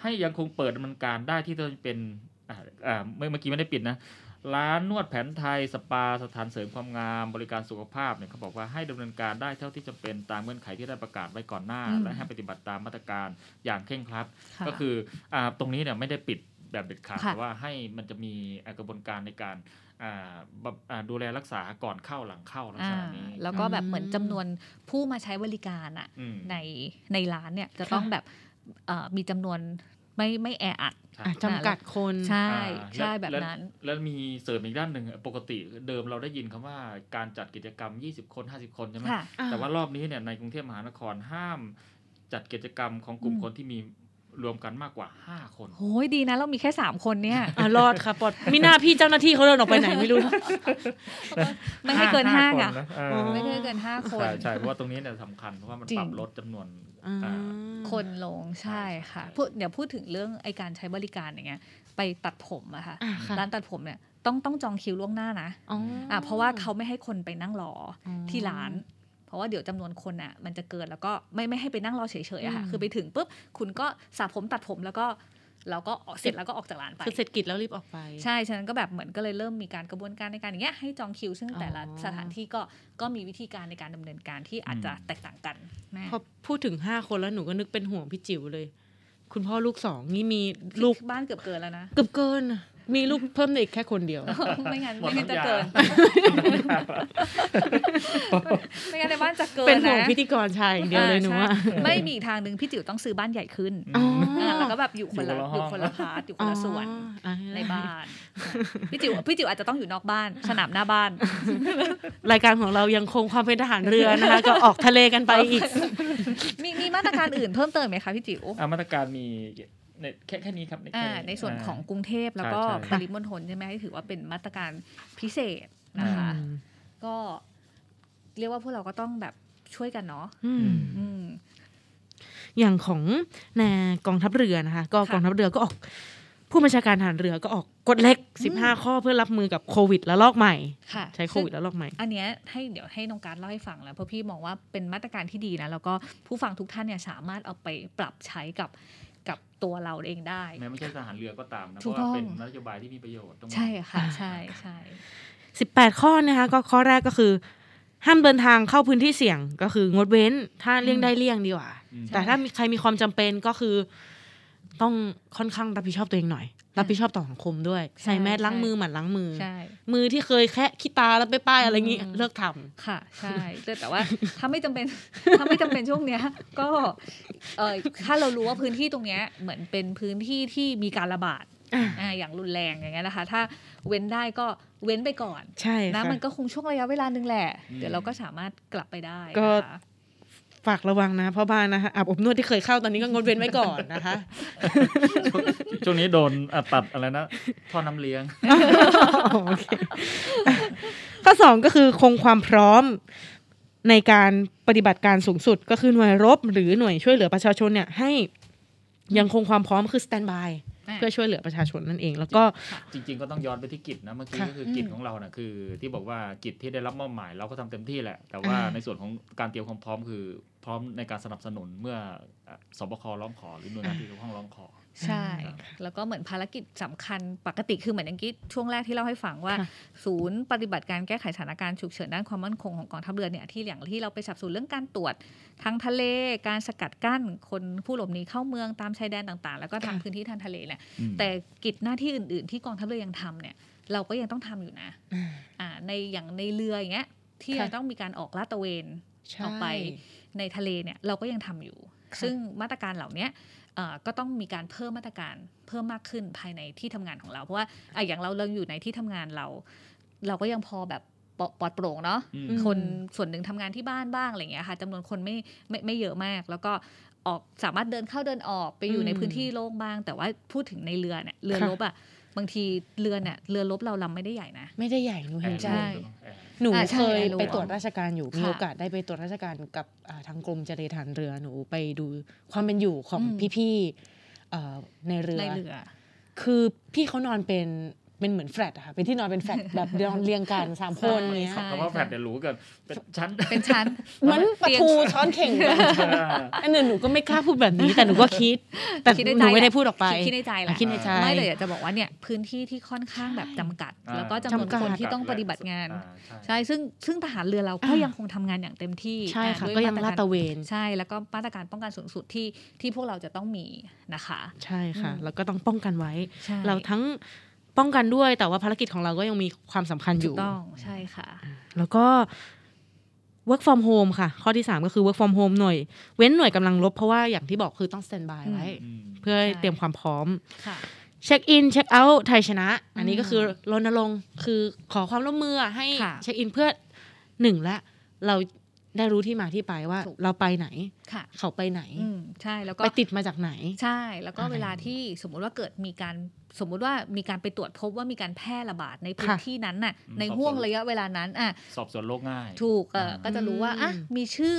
[SPEAKER 3] ให้ยังคงเปิดดำเนินการได้ที่ตัวเป็นอ่าอ่าเมื่อเมื่อกี้ไม่ได้ปิดนะ ร้านนวดแผนไทยสปาสถานเสริมความงามบริการสุขภาพเนี่ยเขาบอกว่าให้ดำเนินการได้เท่าที่จำเป็นตามเงื่อนไขที่ได้ประกาศไว้ก่อนหน้า
[SPEAKER 1] อืม
[SPEAKER 3] และให้ปฏิบัติตามมาตรการอย่างเคร่งครัด
[SPEAKER 1] ค่ะ
[SPEAKER 3] ก็คืออ่าตรงนี้เนี่ยไม่ได้ปิดแบบเด็ดขาด
[SPEAKER 1] ค่ะ
[SPEAKER 3] แต่ว่าให้มันจะมีอ่ากระบวนการในการอ่าบำอ่าดูแลรักษาก่อนเข้าหลังเข้าลักษณะนี้
[SPEAKER 1] อ่าแล้วก็แบบเหมือนจำนวนผู้มาใช้บริการอะ
[SPEAKER 3] อืม
[SPEAKER 1] ในในร้านเนี่ยจะต้อง
[SPEAKER 2] ค่ะ
[SPEAKER 1] แบบเอ่อมีจำนวนไม่ไม่แออัด
[SPEAKER 3] ใช่
[SPEAKER 2] อ่ะจำกัดคน
[SPEAKER 1] ใช่
[SPEAKER 3] อ่า
[SPEAKER 1] ใช่
[SPEAKER 3] ล้ว
[SPEAKER 1] แบบนั้น
[SPEAKER 3] แล้วแล้วมีเสริมอีกด้านหนึ่งปกติเดิมเราได้ยินคำว่าการจัดกิจกรรม 20 คน 50 คนใช่ไหม
[SPEAKER 1] ค่ะ
[SPEAKER 3] แต่ว่ารอบนี้เนี่ยในกรุงเทพมหานครห้ามจัดกิจกรรมของกลุ่ม
[SPEAKER 1] อืม
[SPEAKER 3] คนที่มีรวมกันมากกว่า 5 คน
[SPEAKER 1] โหยดีนะเรามีแค่สามคนเนี่ย
[SPEAKER 2] อ่ะรอดค่ะปลอดมิน่าพี่เจ้าหน้าที่เขาเดินออกไปไหนไม่รู้
[SPEAKER 1] ไม่ให้เกินห้า
[SPEAKER 3] คน
[SPEAKER 1] อ่ะ
[SPEAKER 3] นะอ่า
[SPEAKER 2] อ๋อ
[SPEAKER 1] ไม่ให้เกินห้าคน
[SPEAKER 3] ใช่ใช่เพราะว่าตรงนี้เนี่ยสำคัญเพราะว่ามัน
[SPEAKER 1] จริง
[SPEAKER 3] ปรับลดจำนวน
[SPEAKER 2] อ่า
[SPEAKER 3] อ่า
[SPEAKER 1] คนลงใช่
[SPEAKER 3] ใช่
[SPEAKER 1] ค่ะ
[SPEAKER 3] ใช่
[SPEAKER 1] พูดเดี๋ยวพูดถึงเรื่องไอการใช้บริการอย่างเงี้ยไปตัดผมอะค่ะ
[SPEAKER 2] อ่ะค่ะ
[SPEAKER 1] ร้านตัดผมเนี่ยต้องต้องจองคิวล่วงหน้านะ
[SPEAKER 2] อ๋ออ่
[SPEAKER 1] อ่ะเพราะว่าเขาไม่ให้คนไปนั่งรอ ที่ร้าน เพราะว่าเดี๋ยวจำนวนคนอ่ะ มันจะเกินแล้วก็ไม่ไม่ให้ไปนั่งรอเฉยๆอะค่ะ
[SPEAKER 2] อืม
[SPEAKER 1] คือไปถึงปุ๊บคุณก็สระผมตัดผมแล้วก็แล้วก็ออกเสร็จแล้วก็ออกจากร้านไป
[SPEAKER 2] คือเศรษฐกิจแล้วรีบออกไป
[SPEAKER 1] ใช่ฉะนั้นก็แบบเหมือนก็เลยเริ่มมีการกระบวนการในการอย่างเงี้ยให้จองคิว ซึ่งแต่ละ
[SPEAKER 2] อ๋อ
[SPEAKER 1] สถานที่ก็ก็มีวิธีการในการดำเนินการที่อาจจะแตกต่างกันนะ
[SPEAKER 2] พอพูดถึงห้าคนแล้วหนูก็นึกเป็นห่วงพี่จิ๋วเลย คุณพ่อลูกสองนี่มีลูก
[SPEAKER 1] บ้านเกือบเกิน แล้วนะ
[SPEAKER 2] เกือบเกินอะมีลูกเพิ่มได้อีกแค่คนเดียว
[SPEAKER 1] ไม่งั้น
[SPEAKER 3] หมด
[SPEAKER 1] ไม่งั้นจะ
[SPEAKER 3] น้ำยา
[SPEAKER 1] เกิน ไม่งั้นในบ้านจะเกิ
[SPEAKER 2] เป็น
[SPEAKER 1] น
[SPEAKER 2] ห่วง
[SPEAKER 1] นะ
[SPEAKER 2] พิธีกรชายอย่างเดียวเลยหนูว่า
[SPEAKER 1] อ่าใช่ไม่มีอีกทางหนึ่งพี่จิ๋วต้องซื้อบ้านใหญ่ขึ้น
[SPEAKER 2] อ๋อ
[SPEAKER 1] อ่าแล้วก็แบบอยู่คนละอ
[SPEAKER 3] อยู่
[SPEAKER 1] ยู่ค
[SPEAKER 3] คนน
[SPEAKER 1] ละ
[SPEAKER 3] ละห้อง
[SPEAKER 1] พาร์ทอยู่คนละส่วน
[SPEAKER 2] อ๋อ
[SPEAKER 1] ในบ้านพี่จิ๋วพี่จิ๋วอาจจะต้องอยู่นอก บ้าน สนามหน้าบ้าน
[SPEAKER 2] รายการของเรายังคงความเป็นทหารเรือนะคะ ก็ออกทะเลกันไปอีก
[SPEAKER 1] มีมีมาตรการอื่นเพิ่มเติมไหมคะพี่จิ๋ว
[SPEAKER 3] อ่ามาตรการมีในแค่แค่นี้ครับ
[SPEAKER 1] อ่า
[SPEAKER 3] แค่
[SPEAKER 1] ในส่วนของกรุงเทพแล้วก็
[SPEAKER 3] ใช่
[SPEAKER 1] ป
[SPEAKER 3] ใช่
[SPEAKER 1] ริมณฑลใช่ไหมที่ถือว่าเป็นมาตรการพิเศษนะคะ ก็เรียกว่าพวกเราก็ต้องแบบช่วยกันเนาะ
[SPEAKER 2] อื
[SPEAKER 3] อื
[SPEAKER 2] ม
[SPEAKER 3] ม
[SPEAKER 1] อืม
[SPEAKER 2] อย่างของแนกองทัพเรือนะคะ ก็
[SPEAKER 1] ค่ะ
[SPEAKER 2] กองทัพเรือก็ออกผู้บัญชาการทหารเรือก็ออกกฎเหล็ก 15 ข้อเพื่อรับมือกับโควิดและลอกใหม่
[SPEAKER 1] ค่ะ
[SPEAKER 2] ใช้โควิดและลอกใหม่
[SPEAKER 1] อันเนี้ยให้เดี๋ยวให้น้องการดเล่าให้ฟังแล้วเพราะพี่มองว่าเป็นมาตรการที่ดีนะ แล้วก็ผู้ฟังทุกท่านเนี่ยสามารถเอาไปปรับใช้กับกับตัวเราเองได้
[SPEAKER 3] แม้ไม่ใช่ทหารเรือก็ตามนะเพ
[SPEAKER 1] ถูก
[SPEAKER 3] ราะ
[SPEAKER 1] ต้อ
[SPEAKER 3] ว่า
[SPEAKER 1] ง
[SPEAKER 3] เป็นนโยบายที่มีประโยชน์ตรงนี้
[SPEAKER 1] ใช่ค่ะ ใช่ใช่
[SPEAKER 2] 18 ข้อนะคะก็ข้อแรกก็คือ ห้ามเดินทางเข้าพื้นที่เสี่ยงก็คืองดเว้น ถ้าเลี่ยง
[SPEAKER 1] อืม
[SPEAKER 2] ได้เลี่ยงดีกว่า
[SPEAKER 3] อืม
[SPEAKER 2] แต่ถ้ามีใครมีความจำเป็นก็คือ ต้องค่อนข้างรับผิดชอบตัวเองหน่อย รับผิดชอบต่อสังคมด้วย ใส่แมสล้างมือหมั่นล้างมือ
[SPEAKER 1] ใช่
[SPEAKER 2] มือที่เคยแค่ขี้ตาแล้วไปป้ายอะไรอย่างงี้
[SPEAKER 1] อืม
[SPEAKER 2] เลิกทำ
[SPEAKER 1] ค่ะใช่แต่ แต่ว่า ถ้าไม่จำเป็น ถ้าไม่จำเป็นช่วงเนี้ย ก็เออถ้าเรารู้ว่าพื้นที่ตรงเนี้ยเหมือนเป็นพื้นที่ที่มีการระบาด
[SPEAKER 2] อ่า
[SPEAKER 1] อ่าอย่างรุนแรงอย่างเงี้ยนะคะ ถ้าเว้นได้ก็เว้นไปก่อน
[SPEAKER 2] ใช่
[SPEAKER 1] นะ
[SPEAKER 2] ค่ะ
[SPEAKER 1] มันก็คงช่วงระยะเวลาหนึ่งแหละ
[SPEAKER 3] อืม
[SPEAKER 1] เดี๋ยวเราก็สามารถกลับไปได้
[SPEAKER 2] ก็
[SPEAKER 1] นะคะ
[SPEAKER 2] ฝากระวังนะพ่อบ้านนะคะอาบอบนวดที่เคยเข้าตอนนี้ก็งดเว้นไว้ก่อนนะคะ
[SPEAKER 3] ช่วงนี้โดนอ่ะตัดอะไรนะท่อน้ำเลี้ยง
[SPEAKER 2] โอเค ข้อสองก็คือคงความพร้อมในการปฏิบัติการสูงสุดก็คือหน่วยรบ หรือหน่วยช่วยเหลือประชาชนเนี่ยให้ยังคงความพร้อมคือสแตนบาย
[SPEAKER 1] ะ
[SPEAKER 2] เพื่อช่วยเหลือประชาชนนั่นเอง แล้วก็
[SPEAKER 3] จริง ๆ ก็ต้องย้อนไปที่กิจนะเมื่อกี้
[SPEAKER 2] ค่ะ
[SPEAKER 3] ก็คือกิจ
[SPEAKER 1] อืม
[SPEAKER 3] ของเรานะคือ ที่บอกว่ากิจที่ได้รับมอบหมายเราก็ทำเต็มที่แหละ แต่ว่า
[SPEAKER 2] อ่า
[SPEAKER 3] ในส่วนของการเตรียมความพร้อมคือ พร้อมในการสนับสนุนเมื่ออ่ะสบคร้องขอหรือหน่วยงานที่เกี่ยวข้องร้องขอ
[SPEAKER 1] ใช่
[SPEAKER 3] ครับ
[SPEAKER 1] แล้วก็เหมือนภารกิจสำคัญปกติคือเหมือนอย่างกี้ช่วงแรกที่เล่าให้ฟังว่า
[SPEAKER 2] ค่ะ
[SPEAKER 1] ศูนย์ปฏิบัติการแก้ไขสถานการณ์ฉุกเฉินด้านความมั่นคงของกองทัพเรือเนี่ยที่อย่างที่เราไปสับสนเรื่องการตรวจทางทะเลการสกัดกั้น คนผู้หลบหนีเข้าเมืองตามชายแดนต่างๆ แล้วก็ทาง
[SPEAKER 2] ค่ะ
[SPEAKER 1] พื้นที่ทางทะเลเนี่ย
[SPEAKER 3] อืม
[SPEAKER 1] แต่กิจหน้าที่อื่น ๆ ที่กองทัพเรือยังทำเนี่ยเราก็ยังต้องทำอยู่นะอ่าในอย่างในเรืออย่างเงี้ยที่เรา
[SPEAKER 2] ค่ะ
[SPEAKER 1] ต้องมีการออกลาดตระเวน
[SPEAKER 2] ใช่
[SPEAKER 1] ออกไป ในทะเลเนี่ยเราก็ยังทำอยู่
[SPEAKER 2] ค่ะ
[SPEAKER 1] ซึ่งมาตรการเหล่าเนี้ยเอ่อก็ต้องมีการเพิ่มมาตรการเพิ่มมากขึ้นภายในที่ทำงานของเรา เพราะว่าอ่ะอย่างเราเราอยู่ในที่ทำงานเรา เราก็ยังพอแบบปลอปลอดโปร่งเนาะ
[SPEAKER 3] อืม
[SPEAKER 1] คนส่วนหนึ่งทำงานที่บ้านบ้างอะไรอย่างเงี้ยค่ะจำนวนคนไม่ไม่ไม่เยอะมาก แล้วก็ออกสามารถเดินเข้าเดินออกไปอยู่ใน
[SPEAKER 2] อืม
[SPEAKER 1] พื้นที่โล่งบ้าง แต่ว่าพูดถึงในเรือเนี่ยเรือ
[SPEAKER 2] ค่ะ
[SPEAKER 1] ลบอะบางทีเรือเนี่ยเรือลบเราลำไม่ได้ใหญ่นะ
[SPEAKER 2] ไม่ได้ใหญ่หนูเห็นใจ
[SPEAKER 1] ใช่
[SPEAKER 3] แอร์
[SPEAKER 2] หนู
[SPEAKER 1] อ่าใช่
[SPEAKER 2] เคย
[SPEAKER 1] แอร์โล
[SPEAKER 2] ไปตรวจราชการอยู่ มี
[SPEAKER 1] ค่ะ
[SPEAKER 2] โอกาสได้ไปตรวจราชการกับอ่าทางกรมจริยาฐานเรือหนูไปดูความเป็นอยู่ของ
[SPEAKER 1] อืม
[SPEAKER 2] พี่ๆเอ่อในเรือ
[SPEAKER 1] ในเรือ
[SPEAKER 2] คือพี่เขานอนเป็นเป็นเหมือนแฟลตอะค่ะเป็นที่นอนเป็นแฟลต แบบ นอนเรียงกันสาม
[SPEAKER 1] ใช่
[SPEAKER 2] คนเนี้ย
[SPEAKER 1] ใช่
[SPEAKER 3] คำว่าแผ่นเนี่ยรู้กันเป็นชั้น
[SPEAKER 1] เป็นชั้น
[SPEAKER 2] เหมือนปลาทู
[SPEAKER 1] เตียง
[SPEAKER 2] ช้อนเข่ง แบบอันนั้นหนูก็ไม่กล้าพูดแบบนี้ แต่หนูก็คิด แต่
[SPEAKER 1] คิดใน
[SPEAKER 2] ห
[SPEAKER 1] ใจ
[SPEAKER 2] นูไม่
[SPEAKER 1] แห
[SPEAKER 2] ได้
[SPEAKER 1] ละ
[SPEAKER 2] พูดออกไป
[SPEAKER 1] คิดคิดในใจแหละ
[SPEAKER 2] คิดในใจ
[SPEAKER 1] ไม่เลยอยากจะบอกว่าเนี่ยพื้นที่ที่ค่อนข้างแบบจำกัด
[SPEAKER 3] อ่า
[SPEAKER 1] แล้วก็จำนวน
[SPEAKER 2] จำกัด
[SPEAKER 1] คนที่ต้องปฏิบัติงาน
[SPEAKER 3] อ่ใช่
[SPEAKER 1] ใช่ซึ่งซึ่งทหารเรือเราก็
[SPEAKER 2] อ่ายั
[SPEAKER 1] ยังคงทำงานอย่างเต็มที่
[SPEAKER 2] ใช่ค่ะ
[SPEAKER 1] อ่าด้ว
[SPEAKER 2] ก็ยัง
[SPEAKER 1] ม
[SPEAKER 2] ลาดตระเวน
[SPEAKER 1] ใช่แล้วก็มาตรการป้องกันสูงสุดที่ที่พวกเราจะต้องมีนะคะ
[SPEAKER 2] ใช่ค่ะ
[SPEAKER 1] อืม
[SPEAKER 2] แล้วก็ต้องป้องกันไว้
[SPEAKER 1] ใช่
[SPEAKER 2] เราทั้งป้องกันด้วยแต่ว่าภารกิจของเราก็ยังมีความสำคัญอ
[SPEAKER 1] ถูก
[SPEAKER 2] ยู่
[SPEAKER 1] ต้องใช่ค่ะ
[SPEAKER 2] แล้วก็ work from home ค่ะ ข้อที่ 3 ก็คือ work from home หน่วย เว้นหน่วยกำลังลบเพราะว่าอย่างที่บอกคือต้อง stand by ไว้
[SPEAKER 3] อืม
[SPEAKER 2] เพื่อ
[SPEAKER 1] ใช่
[SPEAKER 2] เตรียมความพร้อม
[SPEAKER 1] ค่ะ
[SPEAKER 2] เช็คอินเช็คเอาท์ไทยชนะ อันนี้
[SPEAKER 1] อืม
[SPEAKER 2] ก็คือรณรงค์คือขอความร่วมมือให้
[SPEAKER 1] ค่ะ
[SPEAKER 2] เช็คอินเพื่อหนึ่งละเราได้รู้ที่มาที่ไปว่า
[SPEAKER 1] ถูก
[SPEAKER 2] เราไปไหน
[SPEAKER 1] ค่ะ
[SPEAKER 2] เขาไปไหน
[SPEAKER 1] อืมใช่แล้วก็
[SPEAKER 2] ไปติดมาจากไหน
[SPEAKER 1] ใช่แล้วก็
[SPEAKER 2] อะไร
[SPEAKER 1] เวลาที่สมมุติว่าเกิดมีการสมมุติว่ามีการไปตรวจพบว่ามีการแพร่ระบาดในพื้น
[SPEAKER 2] ค่ะ
[SPEAKER 1] ที่นั้นน่ะ
[SPEAKER 3] อืม
[SPEAKER 1] ใน
[SPEAKER 3] ขอบ
[SPEAKER 1] ห่วง
[SPEAKER 3] คุณ
[SPEAKER 1] ระยะเวลานั้นอ่ะ
[SPEAKER 3] สอบสวนโลกง่าย
[SPEAKER 1] ถูกเอ่ออ
[SPEAKER 3] ม
[SPEAKER 1] ก็จะรู้ว่าอ่ะ
[SPEAKER 2] อืม
[SPEAKER 1] มีชื่อ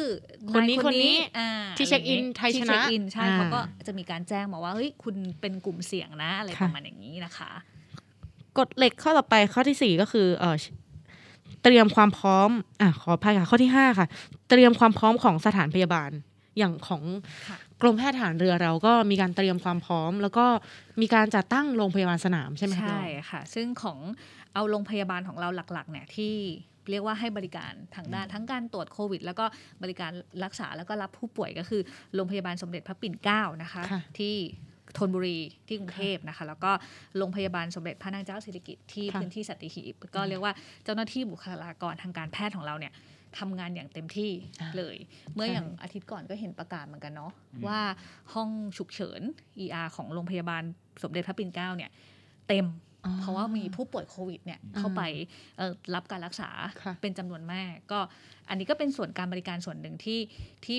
[SPEAKER 2] คนนี้
[SPEAKER 1] าย
[SPEAKER 2] คนนี้
[SPEAKER 1] อ่า
[SPEAKER 2] ที่เช็คอิ
[SPEAKER 1] ราง
[SPEAKER 2] นะ
[SPEAKER 1] งี้
[SPEAKER 2] ไทย
[SPEAKER 1] ที่
[SPEAKER 2] ชนะ
[SPEAKER 1] เช็คอินใช่
[SPEAKER 2] อ่า
[SPEAKER 1] เขาก็จะมีการแจ้งมาว่าเฮ้ยคุณเป็นกลุ่มเสี่ยงนะอะไรป
[SPEAKER 2] ค่ะ
[SPEAKER 1] ระมาณอย่างนี้นะคะ
[SPEAKER 2] กฎเหล็กข้อต่อไปข้อที่ 4 ก็คือเออเตรียมความพร้อมอ่ะขออภัยค่ะข้อที่ 5 ค่ะ เตรียมความพร้อมของสถานพยาบาลอย่างของ
[SPEAKER 1] ค่ะ
[SPEAKER 2] กรมแพทย์ทหารเรือเราก็มีการเตรียมความพร้อม แล้วก็มีการจัดตั้งโรงพยาบาลสนามใช่ไหมคะ
[SPEAKER 1] ใช่ค่ะ ซึ่งของเอาโรงพยาบาลของเราหลักๆเนี่ยที่เรียกว่าให้บริการทางด้านทั้งการตรวจโควิด แล้วก็บริการรักษาแล้วก็รับผู้ป่วยก็คือโรงพยาบาลสมเด็จพระปิ่นเกล้านะคะ ที่ธนบุรีที่กรุงเทพนะคะ แล้วก็โรงพยาบาลสมเด็จพระนางเจ้าสิริกิติ์ที่
[SPEAKER 2] ค่ะ
[SPEAKER 1] พื้นที่สัตหีบก็เรียกว่าเจ้าหน้าที่บุคลากรทางการแพทย์ของเราเนี่ยทำงานอย่างเต็มที่
[SPEAKER 2] อ่า
[SPEAKER 1] เลย เมื่อ
[SPEAKER 2] ใช่
[SPEAKER 1] อย่างอาทิตย์ก่อนก็เห็นประกาศเหมือนกันเนาะ
[SPEAKER 3] อืม
[SPEAKER 1] ว่าห้องฉุกเฉิน ER ของโรงพยาบาลสมเด็จพระปิ่นเกล้าเนี่ยเต็ม
[SPEAKER 2] อ๋อ
[SPEAKER 1] เพราะว่ามีผู้ป่วยโควิดเนี่ยเข้าไปเอ่อรับการรักษา
[SPEAKER 2] ค่ะ
[SPEAKER 1] เป็นจำนวนมาก ก็อันนี้ก็เป็นส่วนการบริการส่วนหนึ่งที่ที่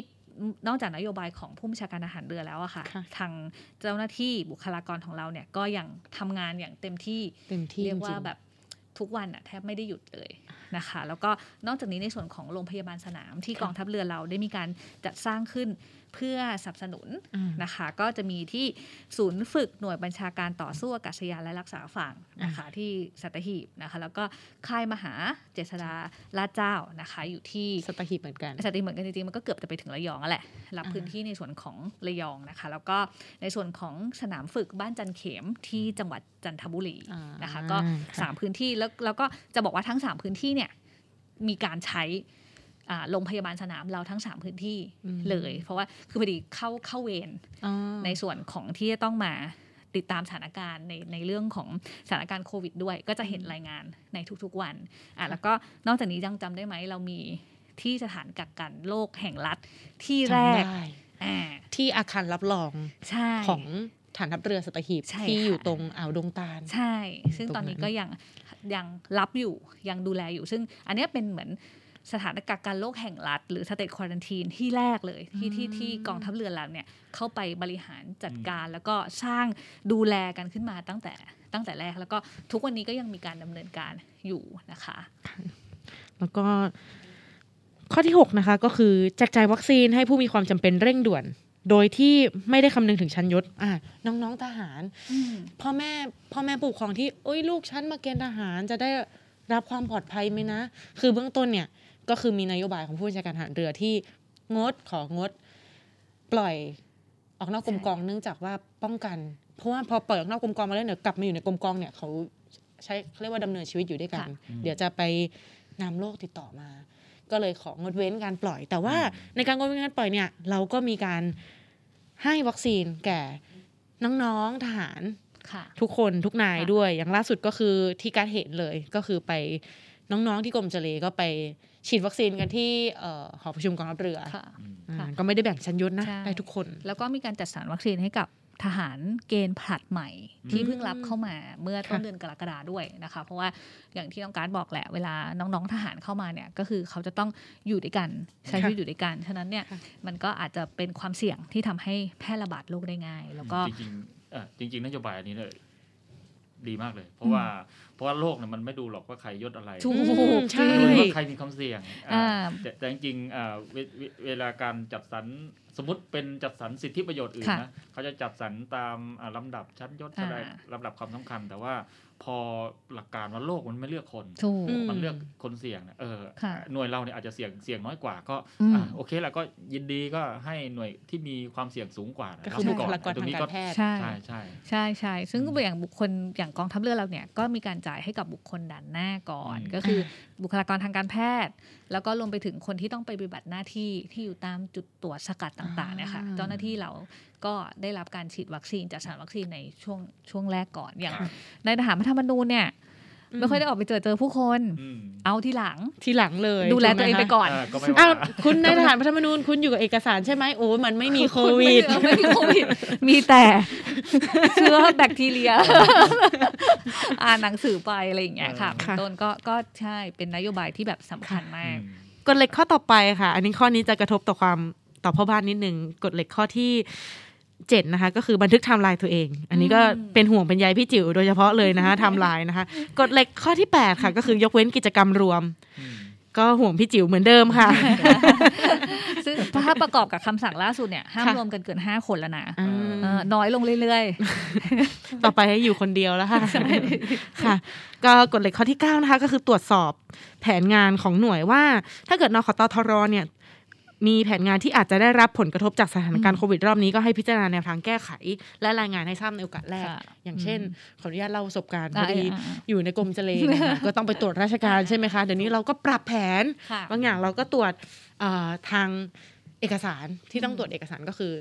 [SPEAKER 1] นอกจากนโยบายของผู้บัญชาการอาหารเรือแล้วอะค่ะ
[SPEAKER 2] ค่ะ
[SPEAKER 1] ทางเจ้าหน้าที่บุคลากรของเราเนี่ยก็ยังทำงานอย่างเต็มที่
[SPEAKER 2] เต็มที่
[SPEAKER 1] เรียก
[SPEAKER 2] จ
[SPEAKER 1] ว่า
[SPEAKER 2] ริงๆ
[SPEAKER 1] แบบทุกวันอะแทบไม่ได้หยุดเลยนะคะ แล้วก็นอกจากนี้ในส่วนของโรงพยาบาลสนามที่
[SPEAKER 2] ค่ะ
[SPEAKER 1] กองทัพเรือเราได้มีการจัดสร้างขึ้นเพื่อสนับสนุน
[SPEAKER 2] อืม
[SPEAKER 1] นะคะก็จะมีที่ศูนย์ฝึกหน่วยบัญชาการต่อสู้อากาศยานและรักษาฝั่งนะคะที่สัตหีบนะคะแล้วก็ค่ายมหาเจษฎาลาดเจ้านะคะอยู่ที่
[SPEAKER 2] สัตหีบเหมือนกัน
[SPEAKER 1] สัตหีบเหมือนกันจริงๆมันก็เกือบจะไปถึงระยองแล้วแหละรับ
[SPEAKER 2] อ่า
[SPEAKER 1] พื้นที่ในส่วนของระยองนะคะแล้วก็ในส่วนของสนามฝึกบ้านจันเข็มที่จังหวัดจันทบุรี
[SPEAKER 2] อ่า
[SPEAKER 1] นะคะก็สามพื้นที่แล้วแล้วก็จะบอกว่าทั้งสามพื้นที่เนี่ยมีการใช้ อ่าโรงพยาบาลสนามเราทั้ง 3 พื้นที่
[SPEAKER 2] อืม
[SPEAKER 1] เลย เพราะว่าคือพอดีเข้าเข้าเวร ในส่วนของที่จะต้องมาติดตามสถานการณ์ในในเรื่องของสถานการณ์โควิดด้วย ก็จะเห็นรายงานในทุกๆวันอ่ะแล้วก็นอกจากนี้ยังจำได้ไหมเรามีที่สถานกักกันโรคแห่งรัฐที่แรก
[SPEAKER 2] จำได้
[SPEAKER 1] อ่า
[SPEAKER 2] ที่อาคารรับรอง
[SPEAKER 1] ใช่
[SPEAKER 2] ของฐานทัพเรือสัตหีบ
[SPEAKER 1] ใช่
[SPEAKER 2] ที่
[SPEAKER 1] ค่ะ
[SPEAKER 2] อยู่ตรงอ่าวดงตาล
[SPEAKER 1] ใช่ ซึ่งตอนนี้
[SPEAKER 2] ตรงนั้
[SPEAKER 1] ก็
[SPEAKER 2] น
[SPEAKER 1] ยังยังรับอยู่ยังดูแลอยู่ ซึ่งอันเนี้ยเป็นเหมือนสถานกักกันโรคแห่งรัฐ หรือสเตทควอรันทีนที่แรกเลย ที่ที่ที่กองทัพเรือเราเนี่ยเข้าไปบริหารจัดการแล้วก็สร้างดูแลกันขึ้นมาตั้งแต่ตั้งแต่แรก แล้วก็ทุกวันนี้ก็ยังมีการดำเนินการอยู่นะคะ
[SPEAKER 2] แล้วก็ข้อที่ 6 นะคะ ก็คือแจกจ่ายวัคซีนให้ผู้มีความจำเป็นเร่งด่วน โดยที่ไม่ได้คำนึงถึงชั้นยศอ่ะน้องๆทหาร พ่อแม่พ่อแม่ผู้ปกครองที่โอ้ยลูกฉันมาเกณฑ์ทหารจะได้รับความปลอดภัยไหมนะ คือเบื้องต้นเนี่ยก็คือมีนโยบายของผู้บัญชาการทหารเรือที่งดของด ปล่อยออกนอกกรมกองเนื่องจากว่าป้องกัน เพราะว่าพอปล่อยออกนอกกรมกองมาแล้วเนี่ยกลับมาอยู่ในกรมกองเนี่ยเขาใช้เขาเรียกว่าดำเนินชีวิตอยู่ด้วยกัน
[SPEAKER 1] ค่ะ
[SPEAKER 2] เดี๋ยวจะไปนำโรคติดต่อมา ก็เลยของงดเว้นการปล่อย แต่ว่าในการงดเว้นการปล่อยเนี่ยเราก็มีการให้วัคซีนแก่น้องๆทหาร
[SPEAKER 1] ค่ะ
[SPEAKER 2] ทุกคนทุกนาย
[SPEAKER 1] ค่ะ
[SPEAKER 2] ด้วย อย่างล่าสุดก็คือที่การเห็นเลยก็คือไปน้องๆที่กรมเจเลก็ไปฉีดวัคซีนกันที่เอ่อหอประชุมกองทัพเรือ
[SPEAKER 1] ค่ะ
[SPEAKER 3] อืม
[SPEAKER 2] อ่า
[SPEAKER 1] ค่ะ
[SPEAKER 2] ก็ไม่ได้แบ่งชั้นยศนะ
[SPEAKER 1] ใช่
[SPEAKER 2] ได้ทุกคน
[SPEAKER 1] แล้วก็มีการจัดสรรวัคซีนให้กับทหารเกณฑ์ผลัดใหม่
[SPEAKER 3] อืม
[SPEAKER 1] ที่เพิ่งรับเข้ามาเมื่อต้น
[SPEAKER 2] ค่ะ
[SPEAKER 1] เดือนกรกฎาด้วยนะคะ เพราะว่าอย่างที่น้องการดบอกแหละเวลาน้องๆทหารเข้ามาเนี่ยก็คือเขาจะต้องอยู่ด้วยกันใช้ชีวิตอยู่ด้วยกันฉะนั้นเนี่ยมันก็อาจจะเป็นความเสี่ยงที่ทำให้แพร่ระบาดโรคได้ง่าย แล้วก็
[SPEAKER 3] จริงๆเอ่อจริง ๆ นโยบายอันนี้เนี่ยดีมากเลย เพราะว่าเพราะว่าโลกเนี่ยมันไม่ดูหรอกว่าใครยศอะไร
[SPEAKER 1] ถูก
[SPEAKER 2] อืมใช่
[SPEAKER 3] ดูว่าใครมีความเสี่ยงอ่า
[SPEAKER 1] อ่า
[SPEAKER 3] แต่แต่จริงๆอ่าเวเวเวลาการจัดสรรสมมติเป็นจัดสรรสิทธิประโยชน์อื่น
[SPEAKER 1] ค่ะ
[SPEAKER 3] นะเขาจะจัดสรรตามอ่าลำดับชั้นยศ
[SPEAKER 1] อ่า
[SPEAKER 3] อะไรลำดับความสำคัญ แต่ว่าพอหลักการว่าโลกมันไม่เลือกคน
[SPEAKER 1] ถูก
[SPEAKER 2] อืม
[SPEAKER 3] มันเลือกคนเสี่ยงเนี่ยเออ
[SPEAKER 1] ค่ะ
[SPEAKER 3] หน่วยเราเนี่ยอาจจะเสี่ยงเสี่ยงน้อยกว่าก็
[SPEAKER 1] อืม
[SPEAKER 3] อ่าโอเคละก็ยินดีก็ให้หน่วยที่มีความเสี่ยงสูงกว่านะ
[SPEAKER 2] ก็
[SPEAKER 3] รับ
[SPEAKER 2] คือ
[SPEAKER 1] ใช่
[SPEAKER 3] ไป
[SPEAKER 2] บุคลากร
[SPEAKER 3] ตร
[SPEAKER 2] ทางง
[SPEAKER 3] นี้
[SPEAKER 2] กา
[SPEAKER 3] ก็
[SPEAKER 2] รแพทย์
[SPEAKER 1] ใช่
[SPEAKER 3] ใช่ใช่
[SPEAKER 1] ใช่ใช่ ซึ่งอย่างบุคคลอย่างกองทัพเรือเราเนี่ยก็มีการจ่ายให้กับบุคคลด่านหน้าก่อน ก็คือบุคลากรทางการแพทย์ แล้วก็รวมไปถึงคนที่ต้องไปปฏิบัติหน้าที่ที่อยู่ตามจุดตรวจสกัดต่างๆเนี่ยค่ะ
[SPEAKER 2] อ่า
[SPEAKER 1] เจ้าหน้าที่เราก็ได้รับการฉีดวัคซีนจากสารวัคซีนในช่วงช่วงแรกก่อนอย่างในทหารพระธรรมนูญเนี่ยไม่ค่อยได้ออกไปเจอเจอผู้คน
[SPEAKER 3] อืม
[SPEAKER 1] เอาทีหลัง
[SPEAKER 2] ทีหลังเลย
[SPEAKER 1] ดูแลตัวเองไปก่อน
[SPEAKER 3] อ่าก็ไม่
[SPEAKER 2] อ้า
[SPEAKER 3] ว่าว
[SPEAKER 2] คุณนายทหารพระธรรมนูญคุณอยู่กับเอกสารใช่ไหมโอ้ยมันไม่มีโควิด
[SPEAKER 1] ณไม่เหลือไม่มีโควิดมีแต่เชื้อแบคทีเรีย อ่านหนังสือไปอะไรอย่างเงี้ยค่ะเป็น
[SPEAKER 2] ค่ะ
[SPEAKER 1] ต้นก็ก็ใช่เป็นนโยบายที่แบบสำคัญมา
[SPEAKER 3] อื
[SPEAKER 1] ก
[SPEAKER 3] ม
[SPEAKER 2] กฎเหล็กข้อต่อไปค่ะ อันนี้ข้อนี้จะกระทบต่อความต่อพ่อบ้านนิดนึงกฎเหล็กข้อที่เจ็ดนะคะ ก็คือบันทึกไทม์ไลน์ตัวเอง อันนี้ก็
[SPEAKER 1] อืม
[SPEAKER 2] เป็นห่วงเป็นใยพี่จิ๋วโดยเฉพาะเลยนะคะไทม์ไลน์นะคะกฎเหล็กข้อที่แปดค่ะ ก็คือยกเว้นกิจกรรมรวม ก็ห่วงพี่จิ๋วเหมือนเดิมค่ะ
[SPEAKER 1] ซึ่งถ้าประกอบกับคำสั่งล่าสุดเนี่ยห้าม
[SPEAKER 2] ค่ะ
[SPEAKER 1] รวมกันเกิน 5 คนแล้วนะ
[SPEAKER 2] อืม
[SPEAKER 1] เออน้อยลงเรื่อย
[SPEAKER 2] ต่อไปให้อยู่คนเดียวแล้วค่ะค่ะก็กฎเหล็กข้อที่เก้านะคะ ก็คือตรวจสอบแผนงานของหน่วยว่า ถ้าเกิดนคตทรเนี่ยมีแผนงานที่อาจจะได้รับผลกระทบจากสถานการณ์โควิดรอบนี้ก็ให้พิจารณาแนวทางแก้ไข และรายงานให้ทราบในโอกาสแรก
[SPEAKER 1] ค่ะ
[SPEAKER 2] อย่างเช่น
[SPEAKER 1] อืม
[SPEAKER 2] ขออนุญาตเล่าประสบการณ์
[SPEAKER 1] ๆ
[SPEAKER 2] พอ
[SPEAKER 1] อ่ะ
[SPEAKER 2] ดี
[SPEAKER 1] อ่ะอ่ะ
[SPEAKER 2] อยู่ในกรมเจเลเนี่ยค่ะ ก็ต้องไปตรวจราชการใช่ไหมคะเดี๋ยวนี้เราก็ปรับแผน
[SPEAKER 1] ค่ะ
[SPEAKER 2] บางอย่างเราก็ตรวจเอ่อทางเอกสารที่ต้องตรวจเอกสารก็คือ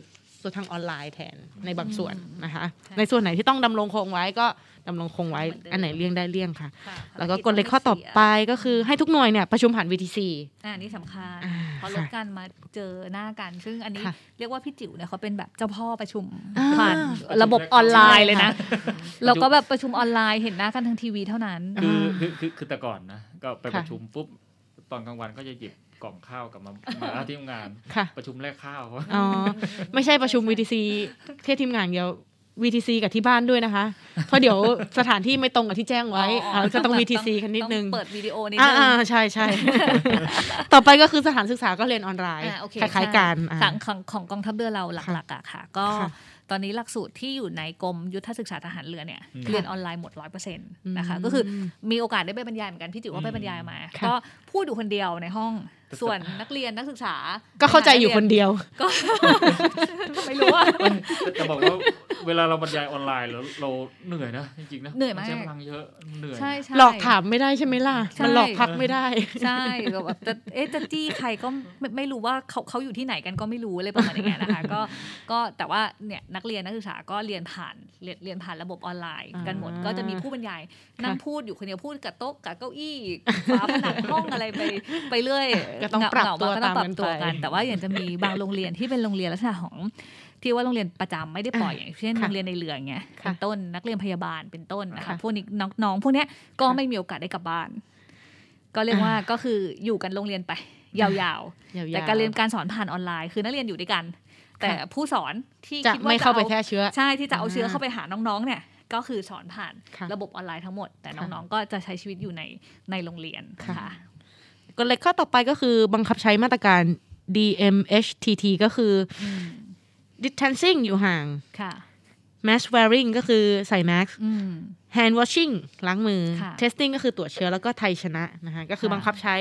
[SPEAKER 2] ตัวทางออนไลน์แทนในบางส่วนนะคะ
[SPEAKER 1] ใช่
[SPEAKER 2] ในส่วนไหนที่ต้องดำรงคงไว้ก็ดำรงคงไว้
[SPEAKER 1] เหมือนเดิม
[SPEAKER 2] อันไหนเลี่ยงได้เลี่ยงค่ะ
[SPEAKER 1] ค่ะ
[SPEAKER 2] แล้วก็กฎเหล็กข้อต่อไปก็คือให้ทุกหน่วยเนี่ยประชุมผ่าน VTC
[SPEAKER 1] อ่านี่สำคัญ
[SPEAKER 2] อ่า
[SPEAKER 1] เพราะลดการมาเจอหน้ากัน ซึ่งอันนี้
[SPEAKER 2] ค่ะ
[SPEAKER 1] เรียกว่าพี่จิ๋วเนี่ยเขาเป็นแบบเจ้าพ่อประชุม
[SPEAKER 2] อ่า
[SPEAKER 1] ผ่านระบบออนไลน์เลยนะ เราก็แบบประชุมออนไลน์เห็นหน้ากันทางทีวีเท่านั้น
[SPEAKER 3] คือ
[SPEAKER 2] อ่า
[SPEAKER 3] คือคือคือแต่ก่อนนะ ก็ไป
[SPEAKER 2] ค่ะ
[SPEAKER 3] ประชุมปุ๊บ ตอนกลางวันก็จะหยิบกล่องข้าวกลับมามา ที่ทำงาน
[SPEAKER 2] ค่ะ
[SPEAKER 3] ประชุมแลกข้าวเพราะ
[SPEAKER 2] อ๋อ ไม่ใช่ประชุม VTC แค่ทีมงานเดียว VTC กับที่บ้านด้วยนะคะ เพราะเดี๋ยวสถานที่ไม่ตรงกับที่แจ้งไว้
[SPEAKER 1] อ๋ออ๋อ
[SPEAKER 2] อ่าจะต้อง VTC กันนิดนึง
[SPEAKER 1] เปิดวิดีโอนิด
[SPEAKER 2] อ่า
[SPEAKER 1] นึง
[SPEAKER 2] อ่าใช่ ใช่ ต่อไปก็คือสถานศึกษาก็เรียนออนไลน์
[SPEAKER 1] อ่ะโอเค
[SPEAKER 2] คล้าย ๆ กันอ่ะ
[SPEAKER 1] สังของของกองทัพเรือเราหลักๆอะค่ะ ก็
[SPEAKER 2] ค่ะ
[SPEAKER 1] ตอนนี้หลักสูตรที่อยู่ในกรมยุทธศึกษาทหารเรือเนี่ย
[SPEAKER 3] อืม
[SPEAKER 1] เรียนออนไลน์หมดร้อยเปอร์เซ็นต์นะคะ
[SPEAKER 2] อืม
[SPEAKER 1] ก็คือมีโอกาสได้ไปบรรยายเหมือนกันพี่จิ๋วว่าไปบรรยายมา
[SPEAKER 2] ค่ะ
[SPEAKER 1] ก็พูดอยู่คนเดียวในห้อง ส่วนนักเรียนนักศึกษา
[SPEAKER 2] ก็เข้าใจอยู่คนเดียว
[SPEAKER 1] ก็ ไม่รู้ว่า
[SPEAKER 3] จะบอกว่าเวลาเราบรรยายออนไลน์แล้วเราเหนื่อยนะจริงๆนะ
[SPEAKER 1] เหนื่อยมาก
[SPEAKER 3] ใช้พลังเยอะเหนื่อย
[SPEAKER 1] ใช่ใช่
[SPEAKER 2] หลอกถามไม่ได้ใช่ไหมล่ะ
[SPEAKER 1] ใช่
[SPEAKER 2] มันหลอกพักไม่ได้
[SPEAKER 1] ใช่แบบว่าจะเอ๊ะจะจี้ใครก็ไม่ไม่รู้ว่าเขาเขาอยู่ที่ไหนกันก็ไม่รู้อะไรประมาณอย่างเงี้ยนะคะ ก็ก็แต่ว่าเนี่ยนักเรียนนักศึกษาก็เรียนผ่านเรียนเรียนผ่านระบบออนไลน์กันหมด
[SPEAKER 2] อ่า
[SPEAKER 1] ก็จะมีผู้บรรยายนั่งพูดอยู่คนเดียวพูดกับโต๊ะกับเก้าอี้ฝาผนังห้องอะไรไปไปเรื่อย
[SPEAKER 2] ก็ต้องปรับ
[SPEAKER 1] เหงาๆ
[SPEAKER 2] ตัว
[SPEAKER 1] ก็ต้องปรั
[SPEAKER 2] ตามกัน
[SPEAKER 1] ตัว
[SPEAKER 2] ไป
[SPEAKER 1] กัน แต่ว่าอย่างจะมีบางโรงเรียนที่เป็นโรงเรียนลักษณะของที่ว่าโรงเรียนประจำไม่ได้ปล่อยอย่างเช่น
[SPEAKER 2] ค่ะ
[SPEAKER 1] โรงเรียนในเรืออย่างเงี้ยเป็นต้นนักเรียนพยาบาลเป็นต้นนะคะ
[SPEAKER 2] ค่ะ
[SPEAKER 1] พวกนี้น้องๆพวกเนี้ยก็ไม่มีโอกาสได้กลับบ้าน ก็เรียกว่าก็คืออยู่กันโรงเรียนไป ยาว
[SPEAKER 2] ยาว
[SPEAKER 1] ๆ
[SPEAKER 2] ๆ
[SPEAKER 1] แต่การเรียนการสอนผ่านออนไลน์ คือนักเรียนอยู่ด้วยกัน แต่ผู้สอนที่
[SPEAKER 2] จะ
[SPEAKER 1] คิดว่า
[SPEAKER 2] ไม่เข้าไป
[SPEAKER 1] จะอ
[SPEAKER 2] แพร่เชื้อ
[SPEAKER 1] ใช่ที่จะเอาเชื้อ
[SPEAKER 2] อ่า
[SPEAKER 1] เข้าไปหาน้องๆเนี่ยก็คือสอนผ่าน
[SPEAKER 2] ค่ะ
[SPEAKER 1] ระบบออนไลน์ทั้งหมด แต่
[SPEAKER 2] ค่ะ
[SPEAKER 1] น้องๆก็จะใช้ชีวิตอยู่ในในโรงเรียน
[SPEAKER 2] ค่ะ
[SPEAKER 1] ค่ะ
[SPEAKER 2] กฎเหล็กข้อต่อไปก็คือบังคับใช้มาตรการ DMHTT ก็คือ
[SPEAKER 1] อืม
[SPEAKER 2] distancing อยู่ห่าง
[SPEAKER 1] ค่ะ
[SPEAKER 2] mask wearing ก็คือใส่ mask
[SPEAKER 1] อืม
[SPEAKER 2] hand washing ล้างมือ
[SPEAKER 1] ค่ะ
[SPEAKER 2] testing ก็คือตรวจเชื้อแล้วก็ไทยชนะนะคะก็คือ
[SPEAKER 1] ค่ะ
[SPEAKER 2] บังคับใช้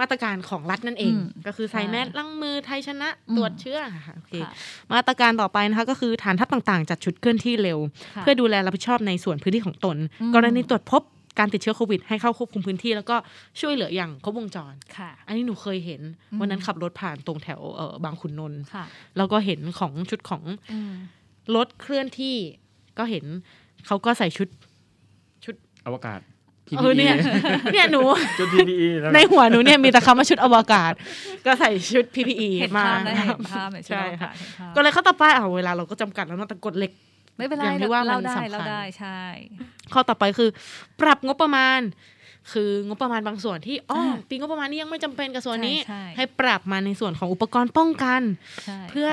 [SPEAKER 2] มาตรการของรัฐนั่นเอง
[SPEAKER 1] อืม
[SPEAKER 2] ก็คือใส่
[SPEAKER 1] ใช่
[SPEAKER 2] แมสล้างมือไทยชนะ
[SPEAKER 1] อืม
[SPEAKER 2] ตรวจเชื้อค่ะโอเค
[SPEAKER 1] ค่ะ
[SPEAKER 2] มาตรการต่อไปนะคะก็คือฐานทัพต่างๆ จัดชุดเคลื่อนที่เร็ว
[SPEAKER 1] ค่ะ
[SPEAKER 2] เพื่อดูแลรับผิดชอบในส่วนพื้นที่ของตน
[SPEAKER 1] อืม
[SPEAKER 2] กรณีตรวจพบการติดเชื้อโควิด ให้เข้าควบคุมพื้นที่แล้วก็ช่วยเหลืออย่างครบวงจร
[SPEAKER 1] ค่ะ
[SPEAKER 2] อันนี้หนูเคยเห็น
[SPEAKER 1] อืม
[SPEAKER 2] วันนั้นขับรถผ่านตรงแถวเอ่อบางขุนนนท์
[SPEAKER 1] ค่ะ
[SPEAKER 2] แล้วก็เห็นของชุดของ
[SPEAKER 1] อืม
[SPEAKER 2] รถเคลื่อนที่ ก็เห็นเขาก็ใส่ชุด
[SPEAKER 3] อวกาศ
[SPEAKER 2] เออเนี่ย เนี่ยหนู
[SPEAKER 3] จน PPE แล้ว
[SPEAKER 2] ในหัวหนูเนี่ยมีแต่คำว่าชุดอวกาศ ก็ใส่ชุด PPE
[SPEAKER 1] เห็น
[SPEAKER 2] มา
[SPEAKER 1] ภาพได้
[SPEAKER 2] นะค
[SPEAKER 1] เห็
[SPEAKER 2] รับ
[SPEAKER 1] นภาพเนี่ย
[SPEAKER 2] ใช่
[SPEAKER 1] ใช่
[SPEAKER 2] ค่ะ
[SPEAKER 1] ค่ะเห็นภาพ
[SPEAKER 2] ก็เลยเข้าต่อไปเอาเวลาเราก็จำกัดแล้วเนอะแต่กฎเหล็ก
[SPEAKER 1] ไม่เป็นไร
[SPEAKER 2] อย่างที่ว่ามัน
[SPEAKER 1] เราได้
[SPEAKER 2] สำคัญ
[SPEAKER 1] เราได้ใช่
[SPEAKER 2] ข้อต่อไปคือ ปรับงบประมาณ คืองบประมาณบางส่วนที่อ๋ออา ปีงบประมาณนี้ยังไม่จำเป็นกับส่วนนี้
[SPEAKER 1] ใช่ใช่
[SPEAKER 2] ให้ปรับมาในส่วนของอุปกรณ์ป้องกัน
[SPEAKER 1] ใช่
[SPEAKER 2] เพื่อ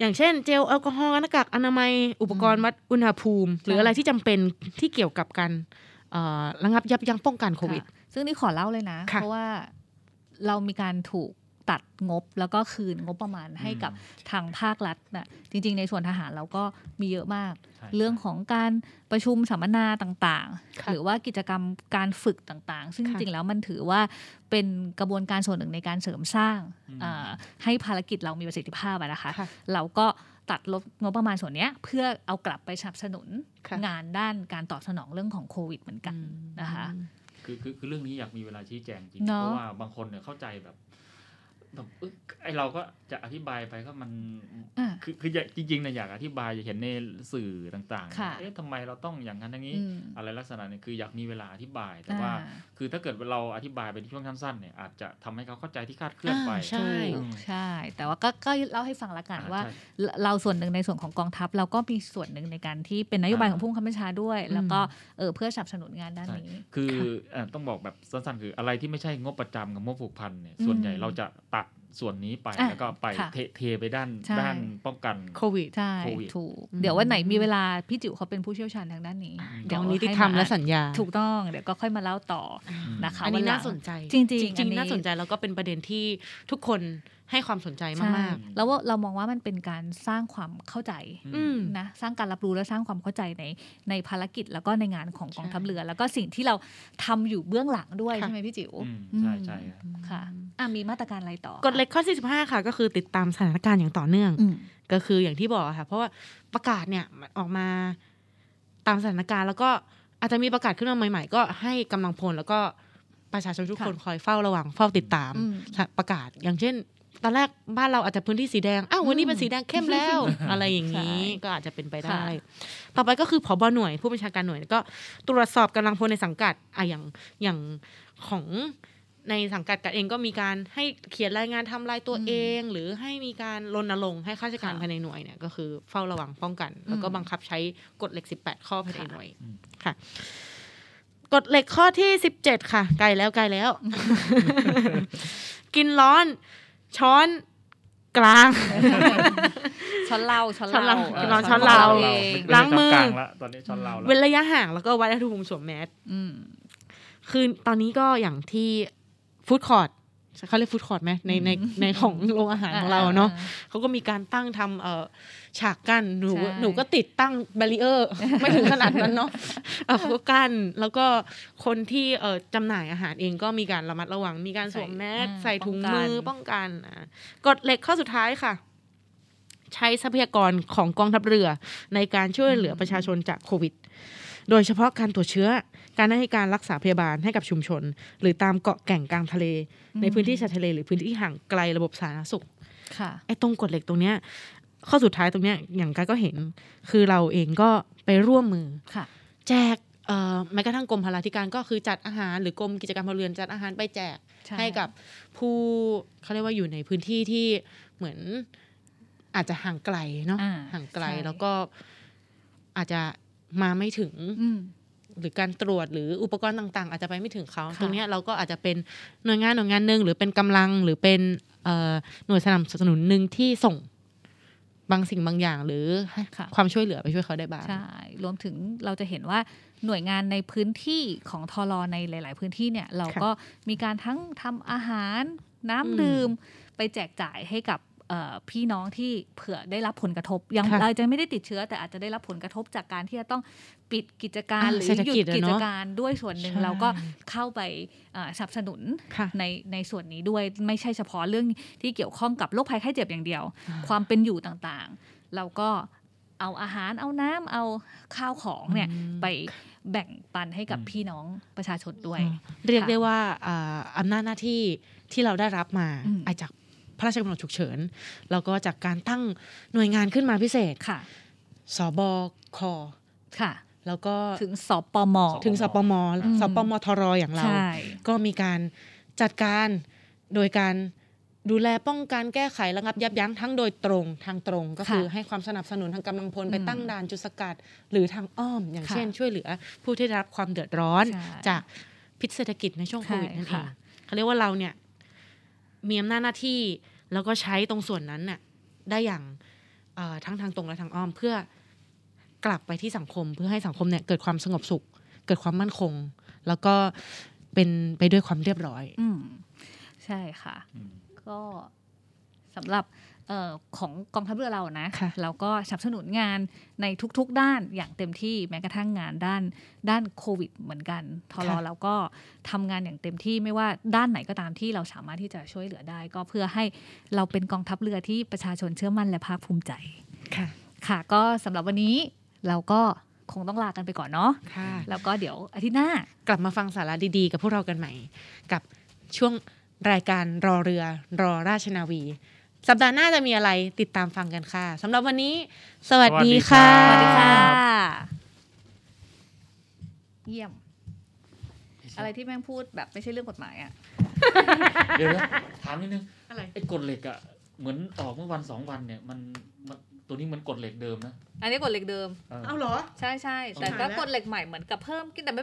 [SPEAKER 2] อย่างเช่น เจลแอลกอฮอล์หน้ากากอนามัย อุปกรณ์วัดอุณหภูมิ หรืออะไรที่จำเป็นที่เกี่ยวกับการเอ่อระงับยับยั้งป้องกันโควิด
[SPEAKER 1] ะซึ่งนี่ขอเล่าเลยนะ
[SPEAKER 2] ค่ะ
[SPEAKER 1] เพราะว่าเรามีการถูกตัดงบแล้วก็คืนงบประมาณให้กับทางภาครัฐน่ะจริง ๆ ในส่วนทหารเราก็มีเยอะมาก
[SPEAKER 3] ใช่
[SPEAKER 1] เรื่องของการประชุมสัมมนาต่างๆ
[SPEAKER 2] ค่ะ
[SPEAKER 1] หรือว่ากิจกรรมการฝึกต่างๆ ซึ่งจ
[SPEAKER 2] ค่ะ
[SPEAKER 1] ริงๆแล้วมันถือว่าเป็นกระบวนการส่วนหนึ่งในการเสริมสร้างอ่าให้ภารกิจเรามีประสิทธิภาพอะนะคะ
[SPEAKER 2] ค่ะ
[SPEAKER 1] เราก็ตัดลดงบประมาณส่วนเนี้ยเพื่อเอากลับไปสนับสนุน
[SPEAKER 2] ค่ะ
[SPEAKER 1] งานด้านการตอบสนองเรื่องของโควิดเหมือนกันนะคะ
[SPEAKER 3] คือคือคือเรื่องนี้อยากมีเวลาชี้แจงจริง
[SPEAKER 1] เนอะ
[SPEAKER 3] เพราะว่าบางคนเนี่ยเข้าใจแบบแบบเอ้ยไอเราก็จะอธิบายไปก็มัน
[SPEAKER 1] อ่า
[SPEAKER 3] คือคืออยากจริงๆนะอยากอธิบายอยากเห็นในสื่อต่างๆ
[SPEAKER 1] ค่ะ
[SPEAKER 3] เอ๊ะทำไมเราต้องอย่างนั้นอย่างนี้
[SPEAKER 1] อืม
[SPEAKER 3] อะไรลักษณะเนี่ยคืออยากมีเวลาอธิบาย แต่ว่า
[SPEAKER 1] อ่า
[SPEAKER 3] คือถ้าเกิดเราอธิบายไปในช่วงสั้นๆเนี่ยอาจจะทำให้เขาเข้าใจที่คลาดเคลื่อนไป
[SPEAKER 2] อ่าใช่
[SPEAKER 1] ถูกใช่ แต่ว่าก็ก็เล่าให้ฟังละกันว่าเรเราส่วนหนึ่งในส่วนของกองทัพ เราก็มีส่วนหนึ่งในการที่เป็นนโยบาย
[SPEAKER 3] อ่า
[SPEAKER 1] ของผู้บังคับบัญชาด้วย
[SPEAKER 2] อืม
[SPEAKER 1] แล้วก็เออเพื่อสนับสนุนงานด้านนี้
[SPEAKER 3] คือเอ่อต้องบอกแบบสั้นๆ คืออะไรที่ไม่ใช่งบประจำกับงบผูกพันเนี่ยส่วนใหญ่
[SPEAKER 1] อืม
[SPEAKER 3] เราจะตัดส่วนนี้ไป
[SPEAKER 1] อ่ะ
[SPEAKER 3] แล้วก็ไป
[SPEAKER 1] ค่ะ
[SPEAKER 3] เทเทไปด้าน
[SPEAKER 1] ใช่
[SPEAKER 3] ด้านป้องกัน
[SPEAKER 2] โควิด
[SPEAKER 1] ใช่
[SPEAKER 3] โควิด
[SPEAKER 1] ถูก
[SPEAKER 2] อืม
[SPEAKER 1] เดี๋ยววันไหนมีเวลา พี่จิ๋วเขาเป็นผู้เชี่ยวชาญทางด้านนี้
[SPEAKER 2] เดี๋
[SPEAKER 1] เดี๋
[SPEAKER 2] ย
[SPEAKER 1] ยวว
[SPEAKER 2] นี้ที่ทำและสัญญา
[SPEAKER 1] ถูกต้องเดี๋ยวก็ค่อยมาเล่าต่ออ
[SPEAKER 3] ม
[SPEAKER 1] นะคะ
[SPEAKER 2] อันนี้
[SPEAKER 1] วัหลั
[SPEAKER 2] น่าสนใจ
[SPEAKER 1] จริงๆ
[SPEAKER 2] จ
[SPEAKER 1] อั
[SPEAKER 2] ริ
[SPEAKER 1] น
[SPEAKER 2] ง
[SPEAKER 1] นี้
[SPEAKER 2] ๆน่าสนใจแล้วก็เป็นประเด็นที่ทุกคนให้ความสนใจมาก
[SPEAKER 1] ใช่แล้วว่าเรามองว่ามันเป็นการสร้างความเข้าใจ
[SPEAKER 2] ๆ อืม
[SPEAKER 1] นะสร้างการรับรู้และสร้างความเข้าใจในในภารกิจแล้วก็ในงานของกองทัพเรือ แล้วก็สิ่งที่เราทำอยู่เบื้องหลังด้วย
[SPEAKER 2] ค่ะ
[SPEAKER 1] ใช่ไหมพี่จิ๋ว
[SPEAKER 3] อืมใช่ใช่ครับ
[SPEAKER 1] อืมค่ะอ่ะมีมาตรการอะไรต่อก
[SPEAKER 2] ฎเหล็กข้อ 45 ค่ะ ก็คือติดตามสถานการณ์อย่างต่อเนื่อง
[SPEAKER 1] อืม
[SPEAKER 2] ก็คืออย่างที่บอกอะค่ะ เพราะว่าประกาศเนี่ยมันออกมาตามสถานการณ์ แล้วก็อาจจะมีประกาศขึ้นมาใหม่ ๆ ก็ให้กำลังพลแล้วก็ประชาชนทุกคนคอยเฝ้าระวังเฝ้าติดตาม
[SPEAKER 1] อืม
[SPEAKER 2] ประกาศอย่างเช่น ตอนแรกบ้านเราอาจจะพื้นที่สีแดงอ้าววันนี้เป็นสีแดงเข้มแล้ว อะไรอย่างนี้
[SPEAKER 1] ใช่
[SPEAKER 2] ก็อาจจะเป็นไปได้
[SPEAKER 1] ค่ะ
[SPEAKER 2] ต่อไปก็คือผบหน่วยผู้บัญชาการหน่วยก็ตรวจสอบกำลังพลในสังกัดอ่ะอย่างอย่างของในสังกัดกันเองก็มีการให้เขียนรายงานทำรายตัว
[SPEAKER 1] อืม
[SPEAKER 2] เอง หรือให้มีการรณรงค์ให้ข้าราชการ
[SPEAKER 1] ค่ะ
[SPEAKER 2] ภายในหน่วยเนี่ยก็คือเฝ้าระวังป้องกัน แล้วก็
[SPEAKER 1] อืม
[SPEAKER 2] บังคับใช้กฎเหล็ก 18 ข้อภายใน
[SPEAKER 1] ค่ะ
[SPEAKER 2] หน่วย
[SPEAKER 3] อืม
[SPEAKER 2] ค่ะกฎเหล็กข้อที่ 17 ค่ะไกลแล้วไกลแล้ว กินร้อนช้อนกลาง
[SPEAKER 1] ช้อนเหล้าช้อนเหล้า
[SPEAKER 2] ช้อนเหล้า
[SPEAKER 1] เออ
[SPEAKER 2] เราช้อนเหล้า
[SPEAKER 1] ขงรอง
[SPEAKER 3] ไม่ได้
[SPEAKER 2] ล้างมือ
[SPEAKER 3] ทำกลางละตอนนี้ช้อนเราละ
[SPEAKER 2] เว้นระยะห่างแล้วก็วัดอุณหภูมิสวมแมส
[SPEAKER 1] อืม
[SPEAKER 2] คือตอนนี้ก็อย่างที่ฟู้ดคอร์ด เขาเรียกฟู้ดคอร์ทไหมในในในของโรงอาหารของเราเนาะ
[SPEAKER 1] อ่
[SPEAKER 2] เขาก็มีการตั้งทำเอ่อฉากกั้นหนู
[SPEAKER 1] ใช่
[SPEAKER 2] หนูก็ติดตั้งบารีเออร์ ไม่ถึงขนาดนั้นเนาะ เอ่อเขาก็กั้นแล้วก็คนที่เอ่อจำหน่ายอาหารเองก็มีการระมัดระวัง มีการสวมแมส
[SPEAKER 1] ใส่
[SPEAKER 2] ใส่ถุงมือ
[SPEAKER 1] ป้
[SPEAKER 2] ป้
[SPEAKER 1] อ
[SPEAKER 2] อง ง
[SPEAKER 1] กั
[SPEAKER 2] กัน นอ่ะกฎเหล็กข้อสุดท้ายค่ะ ใช้ทรัพยากรของกองทัพเรือ ในการช่วยเหลือประชาชนจากโควิด โดยเฉพาะการตรวจเชื้อ การให้การรักษาพยาบาลให้กับชุมชน หรือตามเกาะแก่งกลางทะเล ในพื้นที่ชายทะเลหรือพื้นที่ห่างไกลระบบสาธารณสุข
[SPEAKER 1] ค่ะ
[SPEAKER 2] ไอ้ตรงกฎเหล็กตรงเนี้ยข้อสุดท้ายตรงเนี้ยอย่างกายก็เห็น คือเราเองก็ไปร่วมมือ
[SPEAKER 1] ค่ะ
[SPEAKER 2] แจกเอ่อแม้กระทั่งกรมพลาธิการก็คือจัดอาหารหรือกรมกิจการพลเรือนจัดอาหารไปแจก
[SPEAKER 1] ช่
[SPEAKER 2] ให้กับผู้เขาเรียกว่าอยู่ในพื้นที่ที่เหมือนอาจจะห่างไกลเนาะ
[SPEAKER 1] อ่
[SPEAKER 2] ห่างไกล
[SPEAKER 1] ใช่
[SPEAKER 2] แล้วก็อาจจะมาไม่ถึง
[SPEAKER 1] อืม
[SPEAKER 2] หรือการตรวจหรืออุปกรณ์ต่าง ๆ อาจจะไปไม่ถึงเขา
[SPEAKER 1] ค่ะ
[SPEAKER 2] ตรงเนี้ยเราก็อาจจะเป็นหน่วยงานหน่วยงานหนึ่งหรือเป็นกำลังหรือเป็นเอ่อหน่วยสนับสนุนหนึ่งที่ส่งบางสิ่งบางอย่างหรือให้
[SPEAKER 1] ค่ะ
[SPEAKER 2] ความช่วยเหลือไปช่วยเขาได้บ้าง
[SPEAKER 1] ใช่ รวมถึงเราจะเห็นว่าหน่วยงานในพื้นที่ของทอรอในหลาย ๆ พื้นที่เนี่ย เราก็มีการทั้งทำอาหารน้ำดื่ม ไปแจกจ่ายให้กับเอ่อพี่น้องที่เผื่อได้รับผลกระทบ ยัง
[SPEAKER 2] ค่ะ
[SPEAKER 1] เราจะไม่ได้ติดเชื้อ แต่อาจจะได้รับผลกระทบจากการที่จะต้องปิดกิจการ
[SPEAKER 2] อ่า
[SPEAKER 1] หรือ
[SPEAKER 2] เศรษฐ
[SPEAKER 1] หยุด
[SPEAKER 2] กิจอะ
[SPEAKER 1] กิ
[SPEAKER 2] เน
[SPEAKER 1] จ
[SPEAKER 2] อะ
[SPEAKER 1] การด้วยส่วนหนึ่ง
[SPEAKER 2] ใช่
[SPEAKER 1] เราก็เข้าไปเอ่อสนับสนุน
[SPEAKER 2] ค่ะ
[SPEAKER 1] ในในส่วนนี้ด้วยไม่ใช่เฉพาะเรื่องที่เกี่ยวข้องกับโรคภัยไข้เจ็บอย่างเดียว
[SPEAKER 2] อ่า
[SPEAKER 1] ความเป็นอยู่ต่างๆ เราก็เอาอาหารเอาน้ำเอาข้าวของเนี่ย
[SPEAKER 2] อืม
[SPEAKER 1] ไปแบ่งปันให้กับ
[SPEAKER 3] อืม
[SPEAKER 1] พี่น้องประชาชนด้วย
[SPEAKER 2] เรียก
[SPEAKER 1] ค่ะ
[SPEAKER 2] ได้ว่าอ่าอำนาจหน้าที่ที่เราได้รับมา
[SPEAKER 1] อืม
[SPEAKER 2] อาจจากพระราชกำหนดฉุกเฉิน แล้วก็จากการตั้งหน่วยงานขึ้นมาพิเศษ
[SPEAKER 1] ค่ะ
[SPEAKER 2] สบค
[SPEAKER 1] ค่ะ
[SPEAKER 2] แล้วก็
[SPEAKER 1] ถึงสปม
[SPEAKER 2] ถึงสปม
[SPEAKER 1] อืม
[SPEAKER 2] สปมทรอย่างเรา
[SPEAKER 1] ใช่
[SPEAKER 2] ก็มีการจัดการโดยการดูแลป้องกันแก้ไขระงับยับยั้งทั้งโดยตรงทางตรงก็คือ
[SPEAKER 1] ค่ะ
[SPEAKER 2] ให้ความสนับสนุนทางกำลังพลไป
[SPEAKER 1] อืม
[SPEAKER 2] ตั้งด่านจุดสกัด หรือทางอ้อม อย่าง
[SPEAKER 1] ค่ะ
[SPEAKER 2] เช่น ช่วยเหลือผู้ที่ได้รับความเดือดร้อน
[SPEAKER 1] ใช่
[SPEAKER 2] จากพิษเศรษฐกิจในช่วงโควิด
[SPEAKER 1] ใช่
[SPEAKER 2] นั่นเอ
[SPEAKER 1] ค่ะ
[SPEAKER 2] งเขาเรียกว่าเราเนี่ยมีอำนาจหน้าที่แล้วก็ใช้ตรงส่วนนั้นน่ะได้อย่างเอ่อทั้งทางตรงและทางอ้อมเพื่อกลับไปที่สังคม เพื่อให้สังคมเนี่ยเกิดความสงบสุข เกิดความมั่นคง แล้วก็เป็นไปด้วยความเรียบร้อย
[SPEAKER 1] อืมใช่ค่ะ
[SPEAKER 3] อืม
[SPEAKER 1] ก็สำหรับเออของกองทัพเรือเรานะ
[SPEAKER 2] ค่ะ
[SPEAKER 1] เราก็สนับสนุนงานในทุกๆด้านอย่างเต็มที่แม้กระทั่งงานด้านด้านโควิดเหมือนกันทร
[SPEAKER 2] ค่ะ
[SPEAKER 1] เราก็ทำงานอย่างเต็มที่ไม่ว่าด้านไหนก็ตามที่เราสามารถที่จะช่วยเหลือได้ ก็เพื่อให้เราเป็นกองทัพเรือที่ประชาชนเชื่อมั่นและภาคภูมิใจ
[SPEAKER 2] ค่ะ
[SPEAKER 1] ค่ะ ก็สำหรับวันนี้เราก็คงต้องลากันไปก่อนเนาะ
[SPEAKER 2] ค่ะ
[SPEAKER 1] แล้วก็เดี๋ยวอาทิตย์หน้า
[SPEAKER 2] กลับมาฟังสาระดีๆ กับพวกเรากันใหม่ กับช่วงรายการรอเรือ รอราชนาวี สัปดาห์หน้าจะมีอะไรติดตามฟังกันค่ะสำหรับวันนี้ สวัสดีค่ะ
[SPEAKER 3] สวัสดีค่ะ
[SPEAKER 1] เยี่ยม อะไรที่แม่งพูดแบบไม่ใช่เรื่องกฎหมายอ่ะ
[SPEAKER 3] เดี๋ยวนะถามนิดนึง
[SPEAKER 2] อะไร
[SPEAKER 3] ไอ้กฎเหล็กอะเหมือนออกเมื่อวันสองวันเนี่ยมันมันตัวนี้เหมือนกฎเหล็กเดิมนะ
[SPEAKER 1] อันนี้กฎเหล็กเดิม
[SPEAKER 3] เออ
[SPEAKER 2] เอาเหรอ
[SPEAKER 1] ใช่ใช่แต่
[SPEAKER 2] เอาหา
[SPEAKER 1] ก็
[SPEAKER 2] แล้ว
[SPEAKER 1] กฎเหล็กใหม่เหมือนกับเพิ่มกินแต่ไม่